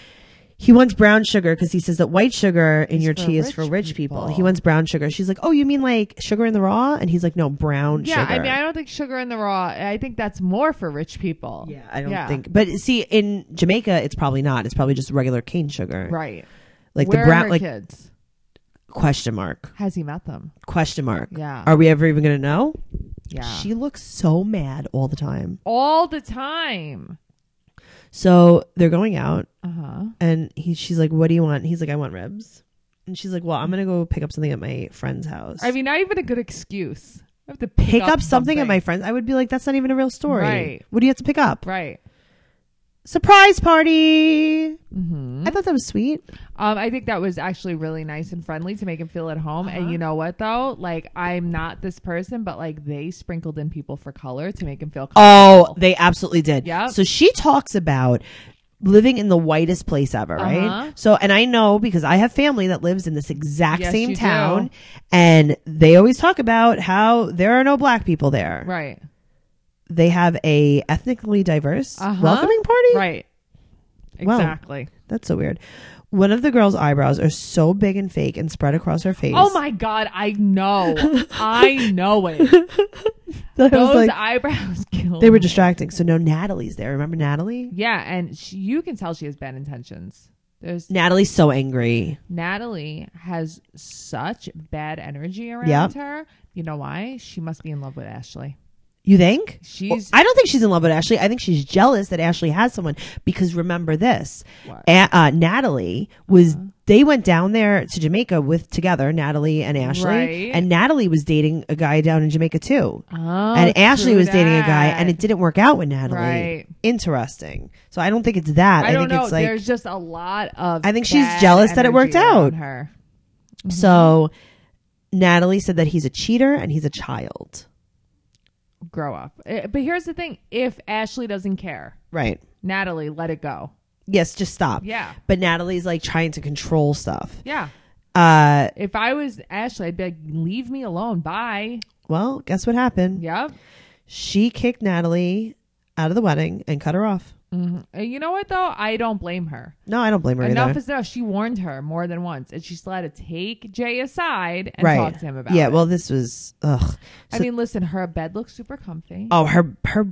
[SPEAKER 1] He wants brown sugar because he says that white sugar in
[SPEAKER 2] Is
[SPEAKER 1] your
[SPEAKER 2] for
[SPEAKER 1] tea is
[SPEAKER 2] rich
[SPEAKER 1] for rich people.
[SPEAKER 2] people.
[SPEAKER 1] He wants brown sugar. She's like, "Oh, you mean like sugar in the raw?" And he's like, "No, brown
[SPEAKER 2] Yeah,
[SPEAKER 1] sugar."
[SPEAKER 2] I mean, I don't think sugar in the raw. I think that's more for rich people.
[SPEAKER 1] Yeah, I don't think. But see, in Jamaica, it's probably not. It's probably just regular cane sugar,
[SPEAKER 2] Right.
[SPEAKER 1] like
[SPEAKER 2] Where
[SPEAKER 1] the
[SPEAKER 2] are
[SPEAKER 1] brown,
[SPEAKER 2] her
[SPEAKER 1] like
[SPEAKER 2] kids?
[SPEAKER 1] question mark,
[SPEAKER 2] Has he met them?
[SPEAKER 1] question mark.
[SPEAKER 2] Yeah.
[SPEAKER 1] Are we ever even gonna know?
[SPEAKER 2] Yeah.
[SPEAKER 1] She looks so mad all the time.
[SPEAKER 2] all the time.
[SPEAKER 1] So they're going out,
[SPEAKER 2] Uh huh.
[SPEAKER 1] and he, she's like, "What do you want?" And he's like, "I want ribs." And she's like, "Well, I'm gonna go pick up something at my friend's house."
[SPEAKER 2] I mean, not even a good excuse. I have to pick,
[SPEAKER 1] pick up something at my friend's. I would be like, "That's not even a real story."
[SPEAKER 2] Right.
[SPEAKER 1] What do you have to pick up?
[SPEAKER 2] right.
[SPEAKER 1] surprise party.
[SPEAKER 2] Mm-hmm.
[SPEAKER 1] I thought that was sweet.
[SPEAKER 2] Um, I think that was actually really nice and friendly to make him feel at home. And you know what though? Like I'm not this person, but like they sprinkled in people for color to make him feel
[SPEAKER 1] Oh, they absolutely did.
[SPEAKER 2] Yep.
[SPEAKER 1] So she talks about living in the whitest place ever,
[SPEAKER 2] Uh-huh.
[SPEAKER 1] right? So, and I know because I have family that lives in this exact
[SPEAKER 2] Yes,
[SPEAKER 1] same
[SPEAKER 2] you do.
[SPEAKER 1] town, and they always talk about how there are no black people there.
[SPEAKER 2] Right.
[SPEAKER 1] They have a ethnically diverse
[SPEAKER 2] Uh-huh.
[SPEAKER 1] welcoming party.
[SPEAKER 2] Right.
[SPEAKER 1] Wow.
[SPEAKER 2] Exactly.
[SPEAKER 1] That's so weird. One of the girl's eyebrows are so big and fake and spread across her face.
[SPEAKER 2] Oh my god, I know. I know it.
[SPEAKER 1] That was
[SPEAKER 2] Those
[SPEAKER 1] like-
[SPEAKER 2] eyebrows killed.
[SPEAKER 1] they were
[SPEAKER 2] me.
[SPEAKER 1] distracting. So no, Natalie's there. Remember Natalie?
[SPEAKER 2] Yeah, and she, you can tell she has bad intentions. There's
[SPEAKER 1] Natalie's so angry.
[SPEAKER 2] Natalie has such bad energy around
[SPEAKER 1] Yep.
[SPEAKER 2] her. You know why? She must be in love with Ashley.
[SPEAKER 1] You think?
[SPEAKER 2] She's
[SPEAKER 1] I don't think she's in love with Ashley. I think she's jealous that Ashley has someone because remember this.
[SPEAKER 2] What?
[SPEAKER 1] A- uh, Natalie was
[SPEAKER 2] Uh-huh.
[SPEAKER 1] they went down there to Jamaica with together Natalie and Ashley
[SPEAKER 2] Right.
[SPEAKER 1] and Natalie was dating a guy down in Jamaica too.
[SPEAKER 2] oh,
[SPEAKER 1] and Ashley
[SPEAKER 2] true
[SPEAKER 1] was dating a guy
[SPEAKER 2] that.
[SPEAKER 1] and it didn't work out with Natalie.
[SPEAKER 2] Right.
[SPEAKER 1] Interesting. So I don't think it's that.
[SPEAKER 2] I, don't
[SPEAKER 1] think
[SPEAKER 2] know.
[SPEAKER 1] it's like
[SPEAKER 2] There's just a lot of.
[SPEAKER 1] I think she's
[SPEAKER 2] bad
[SPEAKER 1] jealous that it worked
[SPEAKER 2] energy
[SPEAKER 1] out.
[SPEAKER 2] around Her.
[SPEAKER 1] so Natalie said that he's a cheater and he's a child.
[SPEAKER 2] Grow up. Eh, But here's the thing: if Ashley doesn't care,
[SPEAKER 1] Right.
[SPEAKER 2] Natalie, let it go.
[SPEAKER 1] Yes, just stop.
[SPEAKER 2] Yeah.
[SPEAKER 1] But Natalie's like trying to control stuff.
[SPEAKER 2] Yeah.
[SPEAKER 1] Uh
[SPEAKER 2] If I was Ashley, I'd be like, leave me alone. Bye.
[SPEAKER 1] well, guess what happened?
[SPEAKER 2] Yep.
[SPEAKER 1] She kicked Natalie out of the wedding and cut her off.
[SPEAKER 2] Mhm. Eh, You know what though? I don't blame her.
[SPEAKER 1] No, I don't blame her
[SPEAKER 2] enough
[SPEAKER 1] either.
[SPEAKER 2] is enough. She warned her more than once, and she's allowed to take Jay aside and
[SPEAKER 1] right.
[SPEAKER 2] talk to him about.
[SPEAKER 1] yeah,
[SPEAKER 2] it.
[SPEAKER 1] well this was ugh.
[SPEAKER 2] I
[SPEAKER 1] so-
[SPEAKER 2] mean, listen, her bed looks super comfy.
[SPEAKER 1] Oh, her her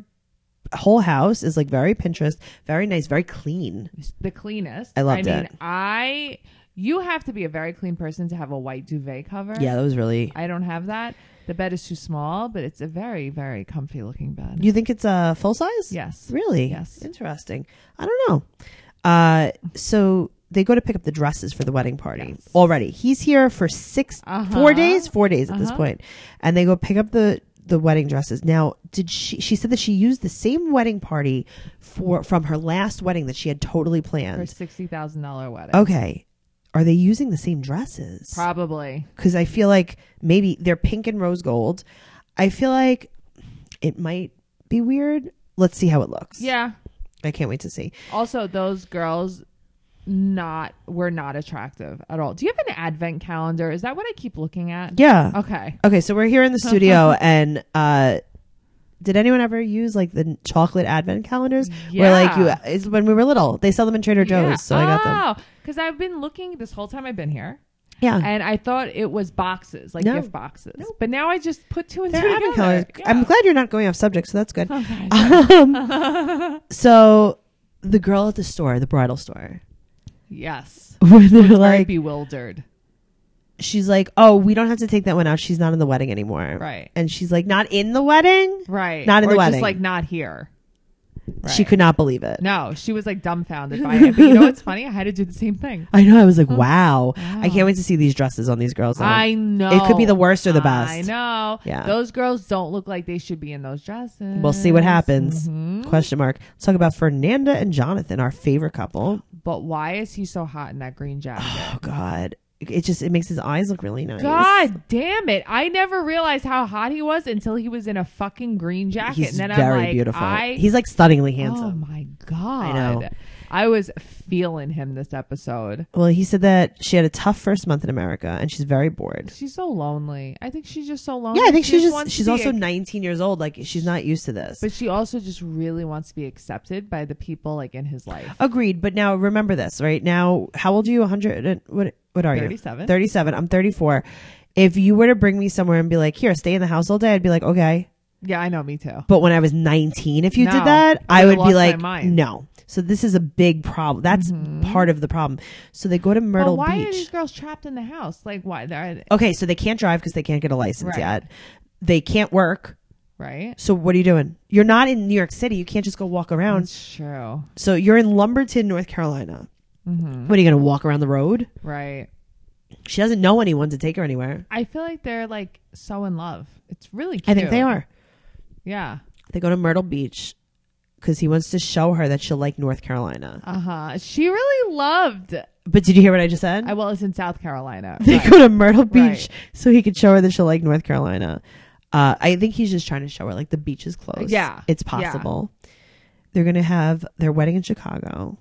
[SPEAKER 1] whole house is like very Pinterest, very nice, very clean.
[SPEAKER 2] the cleanest.
[SPEAKER 1] I loved
[SPEAKER 2] I mean,
[SPEAKER 1] it.
[SPEAKER 2] I you have to be a very clean person to have a white duvet cover.
[SPEAKER 1] Yeah, that was really
[SPEAKER 2] I don't have that. The bed is too small, but it's a very very comfy looking bed.
[SPEAKER 1] You think it's a uh, full size?
[SPEAKER 2] yes.
[SPEAKER 1] Really?
[SPEAKER 2] Yes.
[SPEAKER 1] Interesting. I don't know. Uh so they go to pick up the dresses for the wedding party already. He's here for 6
[SPEAKER 2] Uh-huh.
[SPEAKER 1] four days, four days at this
[SPEAKER 2] Uh-huh.
[SPEAKER 1] point, and they go pick up the the wedding dresses. Now, did she? She said that she used the same wedding party for from her last wedding that she had totally
[SPEAKER 2] For
[SPEAKER 1] planned.
[SPEAKER 2] sixty thousand dollar wedding.
[SPEAKER 1] Okay, are they using the same dresses?
[SPEAKER 2] Probably.
[SPEAKER 1] Because I feel like maybe they're pink and rose gold. I feel like it might be weird. Let's see how it looks.
[SPEAKER 2] Yeah.
[SPEAKER 1] I can't wait to see.
[SPEAKER 2] Also, those girls not were not attractive at all. Do you have an advent calendar? Is that what I keep looking at?
[SPEAKER 1] Yeah.
[SPEAKER 2] Okay.
[SPEAKER 1] Okay, so we're here in the studio, and uh, did anyone ever use like the chocolate advent calendars? Where like
[SPEAKER 2] Yeah. Ah,
[SPEAKER 1] you is when we were little, they sell them in Trader Joe's, so I got them.
[SPEAKER 2] Because Oh, I've been looking this whole time I've been here.
[SPEAKER 1] Yeah,
[SPEAKER 2] and I thought it was boxes, like
[SPEAKER 1] No.
[SPEAKER 2] gift boxes. But now I just put two and
[SPEAKER 1] they're
[SPEAKER 2] two
[SPEAKER 1] advent
[SPEAKER 2] together.
[SPEAKER 1] calendars.
[SPEAKER 2] Yeah. Oh,
[SPEAKER 1] I'm glad you're not going off subject, so that's good.
[SPEAKER 2] Okay.
[SPEAKER 1] Um, so the girl at the store, the bridal store,
[SPEAKER 2] yes.
[SPEAKER 1] where they're
[SPEAKER 2] Very
[SPEAKER 1] like,
[SPEAKER 2] bewildered.
[SPEAKER 1] she's like, oh, we don't have to take that one out. She's not in the wedding anymore,
[SPEAKER 2] Right.
[SPEAKER 1] And she's like, not in the wedding.
[SPEAKER 2] Right.
[SPEAKER 1] Not in
[SPEAKER 2] or
[SPEAKER 1] the
[SPEAKER 2] just,
[SPEAKER 1] wedding.
[SPEAKER 2] like not here. Right.
[SPEAKER 1] She could not believe it.
[SPEAKER 2] No, she was like dumbfounded by it. But you know what's funny? I had to do the same thing.
[SPEAKER 1] I know. I was like,
[SPEAKER 2] Oh.
[SPEAKER 1] wow. I can't wait to see these dresses on these girls. though.
[SPEAKER 2] I know.
[SPEAKER 1] It could be the worst or the
[SPEAKER 2] I
[SPEAKER 1] best.
[SPEAKER 2] know.
[SPEAKER 1] Yeah.
[SPEAKER 2] Those girls don't look like they should be in those dresses.
[SPEAKER 1] We'll see what happens.
[SPEAKER 2] Mhm.
[SPEAKER 1] Question mark. Let's talk about Fernanda and Jonathan, our favorite couple.
[SPEAKER 2] But why is he so hot in that green jacket?
[SPEAKER 1] Oh God, it just it makes his eyes look really nice.
[SPEAKER 2] God damn it. I never realized how hot he was until he was in a fucking green jacket.
[SPEAKER 1] he's
[SPEAKER 2] and then
[SPEAKER 1] very
[SPEAKER 2] I'm like,
[SPEAKER 1] beautiful.
[SPEAKER 2] I,
[SPEAKER 1] He's like stunningly
[SPEAKER 2] Oh
[SPEAKER 1] handsome.
[SPEAKER 2] my god.
[SPEAKER 1] I know.
[SPEAKER 2] I was feeling him this episode.
[SPEAKER 1] Well, he said that she had a tough first month in America and she's very bored.
[SPEAKER 2] She's so lonely. I think she's just so lonely.
[SPEAKER 1] Yeah, I think
[SPEAKER 2] Oh, She
[SPEAKER 1] she's just
[SPEAKER 2] wants to
[SPEAKER 1] she's
[SPEAKER 2] be
[SPEAKER 1] also
[SPEAKER 2] ac-
[SPEAKER 1] 19 years old. Like she's not used to this.
[SPEAKER 2] but she also just really wants to be accepted by the people like in his life.
[SPEAKER 1] Agreed. But now remember this, right? Now, how old are you? 100 and- what what are you?
[SPEAKER 2] 37.
[SPEAKER 1] 37. I'm 34. If you were to bring me somewhere and be like, "Here, stay in the house all day," I'd be like, "Okay."
[SPEAKER 2] Yeah, I know. Me too.
[SPEAKER 1] But when I was 19, if you
[SPEAKER 2] No.
[SPEAKER 1] did that,
[SPEAKER 2] I
[SPEAKER 1] I would
[SPEAKER 2] would've
[SPEAKER 1] be
[SPEAKER 2] lost my
[SPEAKER 1] like,
[SPEAKER 2] mind. Mm-hmm.
[SPEAKER 1] "No." So this is a big problem. That's part of the problem. So they go to Myrtle
[SPEAKER 2] but why are
[SPEAKER 1] Beach.
[SPEAKER 2] these girls trapped in the house? Like, why? They're,
[SPEAKER 1] okay, so they can't drive because they can't get a license
[SPEAKER 2] Right.
[SPEAKER 1] yet. They can't work.
[SPEAKER 2] right?
[SPEAKER 1] So what are you doing? You're not in New York City. You can't just go walk around.
[SPEAKER 2] That's true.
[SPEAKER 1] So you're in Lumberton, North Carolina.
[SPEAKER 2] Mm-hmm.
[SPEAKER 1] What are you going to walk around the road?
[SPEAKER 2] Right.
[SPEAKER 1] She doesn't know anyone to take her anywhere.
[SPEAKER 2] I feel like they're like so in love. It's really cute.
[SPEAKER 1] I think they are.
[SPEAKER 2] Yeah.
[SPEAKER 1] They go to Myrtle Beach. because he wants to show her that she'll like North Carolina.
[SPEAKER 2] Uh huh. She really loved.
[SPEAKER 1] But did you hear what I just said?
[SPEAKER 2] I well, it's in South Carolina.
[SPEAKER 1] they
[SPEAKER 2] Right.
[SPEAKER 1] go to Myrtle Beach
[SPEAKER 2] Right.
[SPEAKER 1] so he could show her that she'll like North Carolina. Uh, I think he's just trying to show her like the beach is close.
[SPEAKER 2] Yeah.
[SPEAKER 1] it's
[SPEAKER 2] Yeah.
[SPEAKER 1] possible. They're gonna have their wedding in Chicago,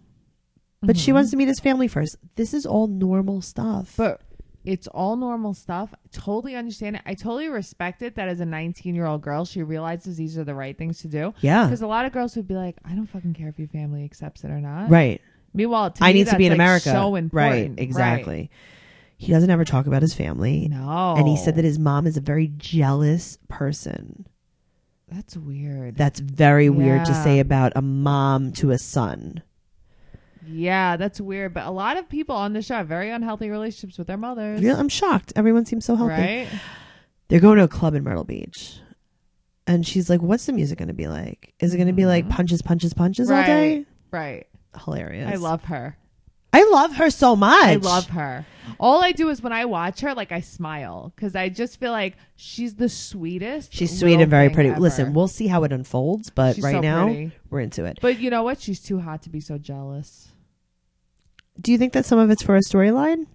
[SPEAKER 1] but she wants to meet his family first. This is all normal stuff.
[SPEAKER 2] Mm-hmm. But it's all normal stuff. Totally understand it. I totally respect it that as a 19 year old girl, she realizes these are the right things to do.
[SPEAKER 1] yeah,
[SPEAKER 2] Because a lot of girls would be like, I don't fucking care if your family accepts it or not.
[SPEAKER 1] right.
[SPEAKER 2] Meanwhile, to
[SPEAKER 1] I
[SPEAKER 2] me,
[SPEAKER 1] need to be in
[SPEAKER 2] that's, like,
[SPEAKER 1] America.
[SPEAKER 2] So important.
[SPEAKER 1] right, exactly. He doesn't ever talk about his family,
[SPEAKER 2] Right. No.
[SPEAKER 1] and he said that his mom is a very jealous person.
[SPEAKER 2] That's weird.
[SPEAKER 1] That's very weird to
[SPEAKER 2] Yeah.
[SPEAKER 1] say about a mom to a son.
[SPEAKER 2] yeah, that's weird. But a lot of people on the show have very unhealthy relationships with their mothers.
[SPEAKER 1] Real, I'm shocked. Everyone seems so healthy.
[SPEAKER 2] Right?
[SPEAKER 1] they're going to a club in Myrtle Beach. And she's like, what's the music going to be like? Is it going to be like punches, punches, punches all day?
[SPEAKER 2] Mm-hmm. Right.
[SPEAKER 1] Hilarious.
[SPEAKER 2] I love her.
[SPEAKER 1] I love her so much.
[SPEAKER 2] I love her. All I do is when I watch her, like I smile because I just feel like she's the sweetest.
[SPEAKER 1] She's
[SPEAKER 2] little
[SPEAKER 1] sweet and very
[SPEAKER 2] thing
[SPEAKER 1] pretty.
[SPEAKER 2] ever.
[SPEAKER 1] Listen, we'll see how it unfolds, but
[SPEAKER 2] She's
[SPEAKER 1] right
[SPEAKER 2] so
[SPEAKER 1] now
[SPEAKER 2] pretty.
[SPEAKER 1] we're into it.
[SPEAKER 2] but you know what? She's too hot to be so jealous.
[SPEAKER 1] Do you think that some of it's for a storyline?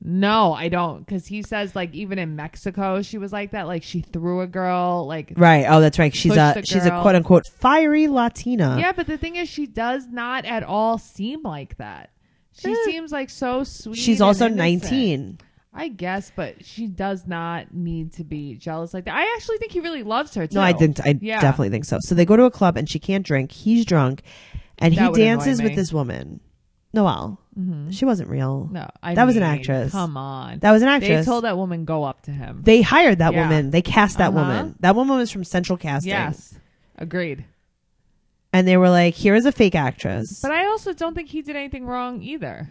[SPEAKER 2] No, I don't, because he says like even in Mexico, she was like that. Like she threw a girl. Like
[SPEAKER 1] Right. Oh, that's right. She's
[SPEAKER 2] Push
[SPEAKER 1] a
[SPEAKER 2] the
[SPEAKER 1] she's a
[SPEAKER 2] girl.
[SPEAKER 1] quote unquote fiery Latina.
[SPEAKER 2] yeah, but the thing is, she does not at all seem like that. She
[SPEAKER 1] Eh.
[SPEAKER 2] seems like so sweet.
[SPEAKER 1] She's
[SPEAKER 2] and
[SPEAKER 1] also
[SPEAKER 2] innocent.
[SPEAKER 1] 19.
[SPEAKER 2] I guess, but she does not need to be jealous like that. I actually think he really loves her too.
[SPEAKER 1] No, I didn't. I
[SPEAKER 2] Yeah.
[SPEAKER 1] definitely think so. So they go to a club and she can't drink. He's drunk, and
[SPEAKER 2] That
[SPEAKER 1] he
[SPEAKER 2] would annoy
[SPEAKER 1] dances with
[SPEAKER 2] me. Mm-hmm.
[SPEAKER 1] this woman, Noelle. She wasn't real.
[SPEAKER 2] No, I
[SPEAKER 1] That was an
[SPEAKER 2] mean,
[SPEAKER 1] actress.
[SPEAKER 2] Come on,
[SPEAKER 1] That was an
[SPEAKER 2] they
[SPEAKER 1] actress.
[SPEAKER 2] told that woman go up to him.
[SPEAKER 1] They hired that
[SPEAKER 2] Yeah.
[SPEAKER 1] woman. They cast that
[SPEAKER 2] Uh-huh.
[SPEAKER 1] woman. That woman was from Central Casting.
[SPEAKER 2] yes, agreed.
[SPEAKER 1] And they were like, here is a fake actress.
[SPEAKER 2] But I also don't think he did anything wrong either.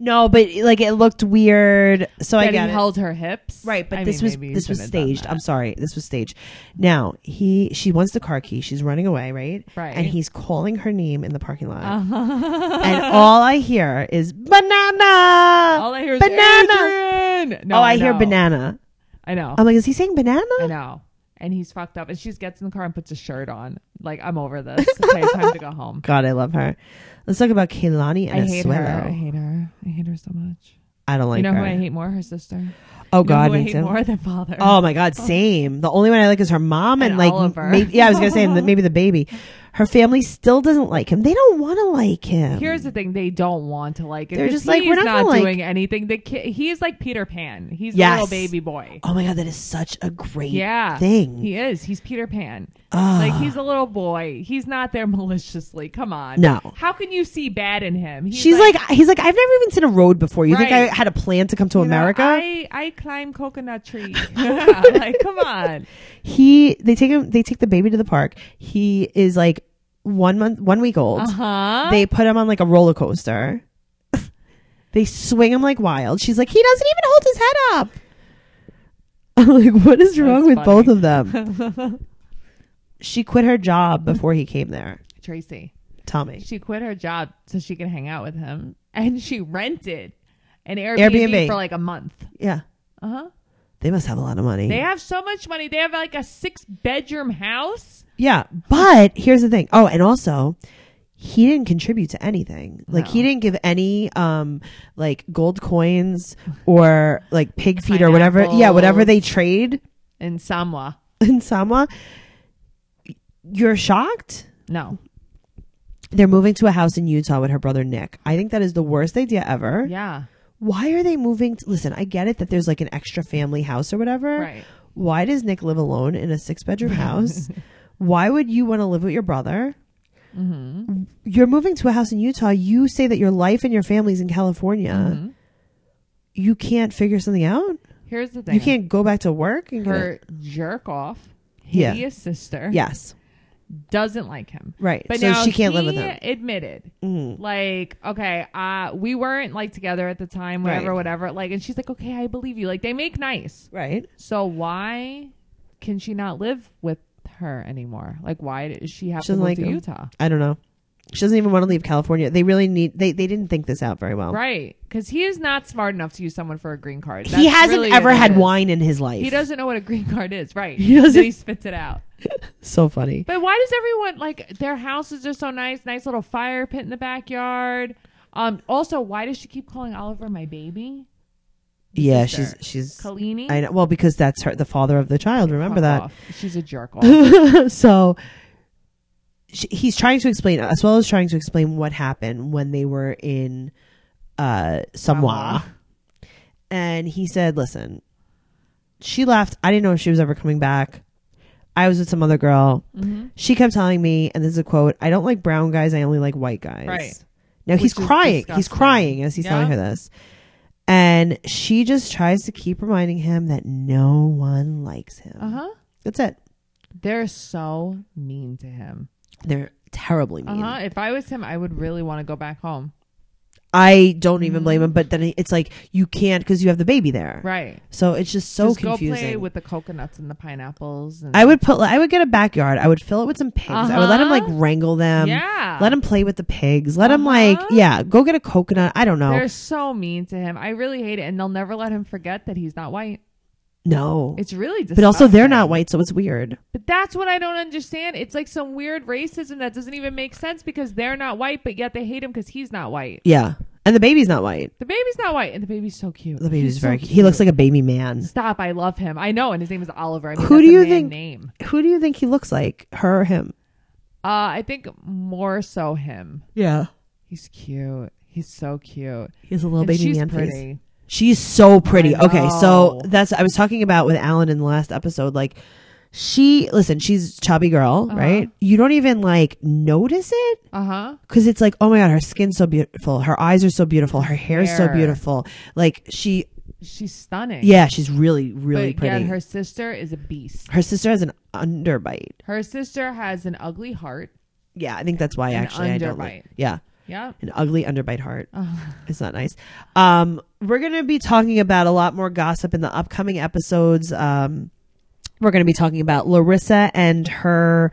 [SPEAKER 1] no, but like it looked weird. So Oh, I
[SPEAKER 2] that
[SPEAKER 1] got
[SPEAKER 2] he
[SPEAKER 1] it.
[SPEAKER 2] held her hips,
[SPEAKER 1] Right, but
[SPEAKER 2] I
[SPEAKER 1] this
[SPEAKER 2] mean, maybe
[SPEAKER 1] was
[SPEAKER 2] he
[SPEAKER 1] this was
[SPEAKER 2] shouldn't have done
[SPEAKER 1] staged.
[SPEAKER 2] that.
[SPEAKER 1] I'm sorry, this was staged. Now he she wants the car key. She's running away, right?
[SPEAKER 2] Right. Uh-huh.
[SPEAKER 1] And he's calling her name in the parking lot, and all I hear is banana.
[SPEAKER 2] All I hear is
[SPEAKER 1] banana.
[SPEAKER 2] banana. Oh, No,
[SPEAKER 1] oh, I, hear
[SPEAKER 2] know.
[SPEAKER 1] banana.
[SPEAKER 2] I know.
[SPEAKER 1] I'm like, is he saying banana?
[SPEAKER 2] I know. And he's fucked up. And she just gets in the car and puts a shirt on. Like I'm over this. Okay, time to go home.
[SPEAKER 1] God, I love her. Let's talk about Kehlani
[SPEAKER 2] I
[SPEAKER 1] and
[SPEAKER 2] hate her. I
[SPEAKER 1] Asuelo.
[SPEAKER 2] hate her. I hate her so much.
[SPEAKER 1] I don't like
[SPEAKER 2] you know
[SPEAKER 1] her.
[SPEAKER 2] who I hate more? Her sister.
[SPEAKER 1] Oh
[SPEAKER 2] You know
[SPEAKER 1] God,
[SPEAKER 2] who I
[SPEAKER 1] me
[SPEAKER 2] hate
[SPEAKER 1] too.
[SPEAKER 2] more than father.
[SPEAKER 1] Oh my God, same. The only one I like is her mom and,
[SPEAKER 2] And
[SPEAKER 1] like
[SPEAKER 2] Oliver.
[SPEAKER 1] Maybe, yeah, I was gonna say that maybe the baby. Her family still doesn't like him. They don't want to like him.
[SPEAKER 2] Here's the thing: they don't want to like it.
[SPEAKER 1] They're
[SPEAKER 2] 'cause
[SPEAKER 1] just like,
[SPEAKER 2] he's
[SPEAKER 1] we're not gonna, like-
[SPEAKER 2] doing anything. The kid, he is like Peter Pan. He's
[SPEAKER 1] Yes.
[SPEAKER 2] a little baby boy.
[SPEAKER 1] oh my God, that is such a great
[SPEAKER 2] Yeah,
[SPEAKER 1] thing.
[SPEAKER 2] He is. He's Peter Pan.
[SPEAKER 1] Ah.
[SPEAKER 2] Like he's a little boy. He's not there maliciously. Come on.
[SPEAKER 1] No.
[SPEAKER 2] How can you see bad in him? He's
[SPEAKER 1] She's like, he's like, I've never even seen a road before. You
[SPEAKER 2] Right.
[SPEAKER 1] think I had a plan to come to
[SPEAKER 2] you know,
[SPEAKER 1] America?
[SPEAKER 2] I I climb coconut tree. Yeah, like come on.
[SPEAKER 1] he, they take him, they take the baby to the park. He is like one month, one week old.
[SPEAKER 2] Uh huh.
[SPEAKER 1] They put him on like a roller coaster. they swing him like wild. She's like, he doesn't even hold his head up. I'm like, what is wrong
[SPEAKER 2] That's
[SPEAKER 1] with
[SPEAKER 2] funny.
[SPEAKER 1] both of them? she quit her job before he came there.
[SPEAKER 2] Tracy.
[SPEAKER 1] Tell me.
[SPEAKER 2] She quit her job so she can hang out with him, and she rented an
[SPEAKER 1] Airbnb.
[SPEAKER 2] Airbnb. for like a month.
[SPEAKER 1] Yeah.
[SPEAKER 2] Uh huh.
[SPEAKER 1] They must have a lot of money.
[SPEAKER 2] They have so much money. They have like a six bedroom house.
[SPEAKER 1] Yeah, but here's the thing. Oh, and also, he didn't contribute to anything. Like he didn't give any um like gold coins or like pig feet or whatever. Yeah, whatever they trade
[SPEAKER 2] in Samoa.
[SPEAKER 1] in Samoa. You're shocked?
[SPEAKER 2] No.
[SPEAKER 1] They're moving to a house in Utah with her brother Nick. I think that is the worst idea ever.
[SPEAKER 2] Yeah.
[SPEAKER 1] Why are they moving? To, listen, I get it that there's like an extra family house or whatever.
[SPEAKER 2] Right.
[SPEAKER 1] Why does Nick live alone in a six bedroom house? Why would you want to live with your brother?
[SPEAKER 2] Mm-hmm.
[SPEAKER 1] You're moving to a house in Utah. You say that your life and your family's in California.
[SPEAKER 2] Mm-hmm.
[SPEAKER 1] You can't figure something out.
[SPEAKER 2] Here's the thing.
[SPEAKER 1] You can't go back to work. And get a-
[SPEAKER 2] Her jerk off,
[SPEAKER 1] Yeah.
[SPEAKER 2] hideous sister,
[SPEAKER 1] yes,
[SPEAKER 2] doesn't like him.
[SPEAKER 1] right.
[SPEAKER 2] But
[SPEAKER 1] so
[SPEAKER 2] now
[SPEAKER 1] she can't live
[SPEAKER 2] he
[SPEAKER 1] with him.
[SPEAKER 2] Admitted,
[SPEAKER 1] Mhm.
[SPEAKER 2] like, okay, uh, we weren't like together at the time, whatever,
[SPEAKER 1] Right.
[SPEAKER 2] whatever. Like, and she's like, okay, I believe you. Like, they make nice.
[SPEAKER 1] Right.
[SPEAKER 2] So why can she not live with her anymore? Like, why does she have
[SPEAKER 1] She
[SPEAKER 2] to
[SPEAKER 1] doesn't
[SPEAKER 2] move
[SPEAKER 1] like
[SPEAKER 2] to
[SPEAKER 1] him.
[SPEAKER 2] Utah?
[SPEAKER 1] I don't know. She doesn't even want to leave California. They really need. They they didn't think this out very well.
[SPEAKER 2] Right. Because he is not smart enough to use someone for a green card.
[SPEAKER 1] He
[SPEAKER 2] That's
[SPEAKER 1] hasn't
[SPEAKER 2] really
[SPEAKER 1] ever
[SPEAKER 2] what it
[SPEAKER 1] had
[SPEAKER 2] is.
[SPEAKER 1] wine in his life.
[SPEAKER 2] He doesn't know what a green card is. Right.
[SPEAKER 1] He
[SPEAKER 2] So
[SPEAKER 1] doesn't-
[SPEAKER 2] he spits it out.
[SPEAKER 1] So funny.
[SPEAKER 2] But why does everyone like their houses are so nice? Nice little fire pit in the backyard. Um. Also, why does she keep calling Oliver my baby?
[SPEAKER 1] yeah,
[SPEAKER 2] sister.
[SPEAKER 1] she's she's.
[SPEAKER 2] Kalini.
[SPEAKER 1] I know. Well, because that's her, the father of the child. Remember
[SPEAKER 2] Fuck
[SPEAKER 1] that.
[SPEAKER 2] off. She's a jerk. off.
[SPEAKER 1] so sh he's trying to explain as well as trying to explain what happened when they were in uh Samoa.
[SPEAKER 2] Samoa.
[SPEAKER 1] And he said, "Listen, she left. I didn't know if she was ever coming back. I was with some other girl.
[SPEAKER 2] Mm-hmm.
[SPEAKER 1] She kept telling me, and this is a quote: I don't like brown guys. I only like white guys.
[SPEAKER 2] Right.
[SPEAKER 1] Now he's
[SPEAKER 2] Which is
[SPEAKER 1] crying. He's
[SPEAKER 2] disgusting.
[SPEAKER 1] crying as he's
[SPEAKER 2] Yeah.
[SPEAKER 1] telling her this." And she just tries to keep reminding him that no one likes him.
[SPEAKER 2] uh huh.
[SPEAKER 1] That's it.
[SPEAKER 2] They're so mean to him.
[SPEAKER 1] They're terribly
[SPEAKER 2] Uh
[SPEAKER 1] mean.
[SPEAKER 2] huh. If I was him, I would really want to go back home.
[SPEAKER 1] I don't even blame him, but then it's like you can't because you have the baby there.
[SPEAKER 2] Right.
[SPEAKER 1] So it's just so
[SPEAKER 2] Just
[SPEAKER 1] confusing.
[SPEAKER 2] go play with the coconuts and the pineapples. And
[SPEAKER 1] I would put, I would get a backyard. I would fill it with some pigs. I would let him like
[SPEAKER 2] Uh-huh.
[SPEAKER 1] wrangle them.
[SPEAKER 2] yeah.
[SPEAKER 1] um, Let him play with the pigs. Let him
[SPEAKER 2] Uh-huh.
[SPEAKER 1] like, yeah, go get a coconut. I don't know.
[SPEAKER 2] They're so mean to him. I really hate it, and they'll never let him forget that he's not white.
[SPEAKER 1] no.
[SPEAKER 2] It's really disgusting.
[SPEAKER 1] but also they're not white, so it's weird.
[SPEAKER 2] But that's what I don't understand. It's like some weird racism that doesn't even make sense because they're not white, but yet they hate him because he's not white.
[SPEAKER 1] Yeah. And the baby's not white.
[SPEAKER 2] The baby's not white, and the baby's so cute.
[SPEAKER 1] The baby's
[SPEAKER 2] He's so
[SPEAKER 1] very, he looks like a baby man.
[SPEAKER 2] Stop! I love him. I know, and his name is Oliver. I mean,
[SPEAKER 1] Who
[SPEAKER 2] that's
[SPEAKER 1] do
[SPEAKER 2] a
[SPEAKER 1] you
[SPEAKER 2] man
[SPEAKER 1] think-
[SPEAKER 2] Name.
[SPEAKER 1] Who do you think he looks like? Her or him?
[SPEAKER 2] Uh, I think more so him.
[SPEAKER 1] Yeah.
[SPEAKER 2] He's cute. He's so cute.
[SPEAKER 1] He has a little
[SPEAKER 2] And
[SPEAKER 1] baby
[SPEAKER 2] she's
[SPEAKER 1] man
[SPEAKER 2] pretty.
[SPEAKER 1] face. She's so pretty.
[SPEAKER 2] I
[SPEAKER 1] Okay, so
[SPEAKER 2] know.
[SPEAKER 1] that's I was talking about with Alan in the last episode. Like, she listen, she's a chubby girl,
[SPEAKER 2] Uh-huh.
[SPEAKER 1] right? You don't even like notice it
[SPEAKER 2] Uh huh.
[SPEAKER 1] because it's like, oh my god, her skin's so beautiful, her eyes are so beautiful, her hair's so
[SPEAKER 2] Hair.
[SPEAKER 1] beautiful. Like she,
[SPEAKER 2] She's stunning.
[SPEAKER 1] yeah, she's really, really
[SPEAKER 2] but
[SPEAKER 1] pretty.
[SPEAKER 2] Yet
[SPEAKER 1] her-,
[SPEAKER 2] her sister is a beast.
[SPEAKER 1] sister has an underbite.
[SPEAKER 2] Her sister has an ugly heart.
[SPEAKER 1] Yeah, I think that's why
[SPEAKER 2] An
[SPEAKER 1] actually I don't like.
[SPEAKER 2] underbite.
[SPEAKER 1] Yeah,
[SPEAKER 2] Yeah.
[SPEAKER 1] an ugly underbite heart.
[SPEAKER 2] Oh.
[SPEAKER 1] It's not nice. Um, we're going to be talking about a lot more gossip in the upcoming episodes. Um, we're going to be talking about Larissa and her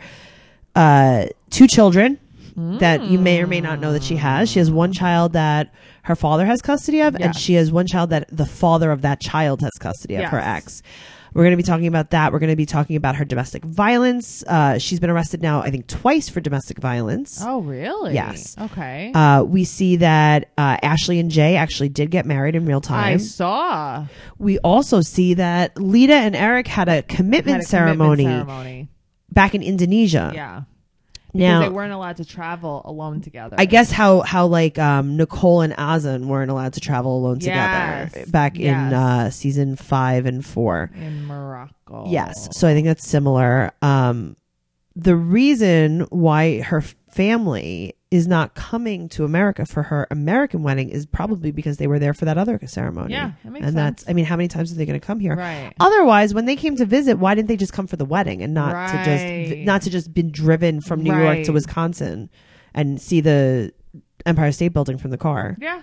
[SPEAKER 1] uh, two children that you may or may not know that she has. She has one child that her father has custody of, and
[SPEAKER 2] Yes.
[SPEAKER 1] she has one child that the father of that child has custody of, her
[SPEAKER 2] Yes.
[SPEAKER 1] ex. We're going to be talking about that. We're going to be talking about her domestic violence. Uh, she's been arrested now, I think, twice for domestic violence.
[SPEAKER 2] Oh, really?
[SPEAKER 1] Yes.
[SPEAKER 2] Okay.
[SPEAKER 1] Uh, we see that uh, Ashley and Jay actually did get married in real
[SPEAKER 2] I
[SPEAKER 1] time.
[SPEAKER 2] saw
[SPEAKER 1] We also see that Lita and Eric had a commitment,
[SPEAKER 2] Had a commitment
[SPEAKER 1] ceremony, Uh,
[SPEAKER 2] ceremony.
[SPEAKER 1] back in Indonesia.
[SPEAKER 2] Yeah. Because they
[SPEAKER 1] now,
[SPEAKER 2] weren't allowed to travel alone together.
[SPEAKER 1] I guess how how like um, Nicole and Azan weren't allowed to travel alone
[SPEAKER 2] Yes.
[SPEAKER 1] together back
[SPEAKER 2] Yes.
[SPEAKER 1] in uh, season five and four.
[SPEAKER 2] in Morocco.
[SPEAKER 1] Yes, so I think that's similar. Um, the reason why her family is not coming to America for her American wedding is probably because they were there for that other ceremony.
[SPEAKER 2] Yeah, that makes
[SPEAKER 1] and
[SPEAKER 2] sense.
[SPEAKER 1] that's I mean, how many times are they going to come here?
[SPEAKER 2] Right.
[SPEAKER 1] Otherwise, when they came to visit, why didn't they just come for the wedding and not to
[SPEAKER 2] Right.
[SPEAKER 1] just not to just been driven from New York to
[SPEAKER 2] Right.
[SPEAKER 1] Wisconsin and see the Empire State Building from the car?
[SPEAKER 2] Yeah.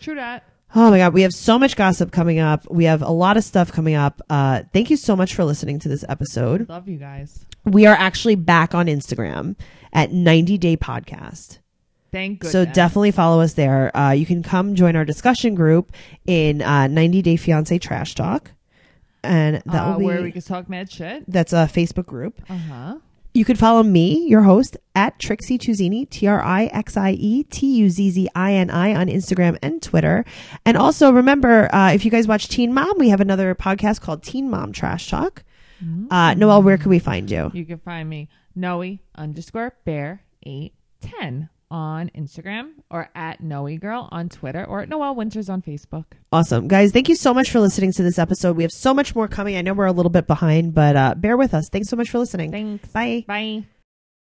[SPEAKER 2] True that.
[SPEAKER 1] Oh my God. We have so much gossip coming up. We have a lot of stuff coming up. Uh, thank you so much for listening to this episode.
[SPEAKER 2] Love you guys.
[SPEAKER 1] We are actually back on Instagram at 90 Day Podcast.
[SPEAKER 2] Thank goodness.
[SPEAKER 1] So definitely follow us there. Uh, you can come join our discussion group in uh, 90 Day Fiance Trash Talk. And that
[SPEAKER 2] uh,
[SPEAKER 1] will be
[SPEAKER 2] where we can talk mad shit.
[SPEAKER 1] that's a Facebook group.
[SPEAKER 2] Uh huh.
[SPEAKER 1] You could follow me, your host, at Trixie Tuzini, T R I X I E T U Z Z I N I on Instagram and Twitter. And also remember, uh, if you guys watch Teen Mom, we have another podcast called Teen Mom Trash Talk.
[SPEAKER 2] Mm.
[SPEAKER 1] Uh, Noelle, where can we find you?
[SPEAKER 2] You can find me Noe underscore bear eight ten on Instagram or at Noe Girl on Twitter or at Noelle Winters on Facebook.
[SPEAKER 1] Awesome. Guys, thank you so much for listening to this episode. We have so much more coming. I know we're a little bit behind, but uh, bear with us. Thanks so much for listening.
[SPEAKER 2] Thanks.
[SPEAKER 1] Bye.
[SPEAKER 2] Bye.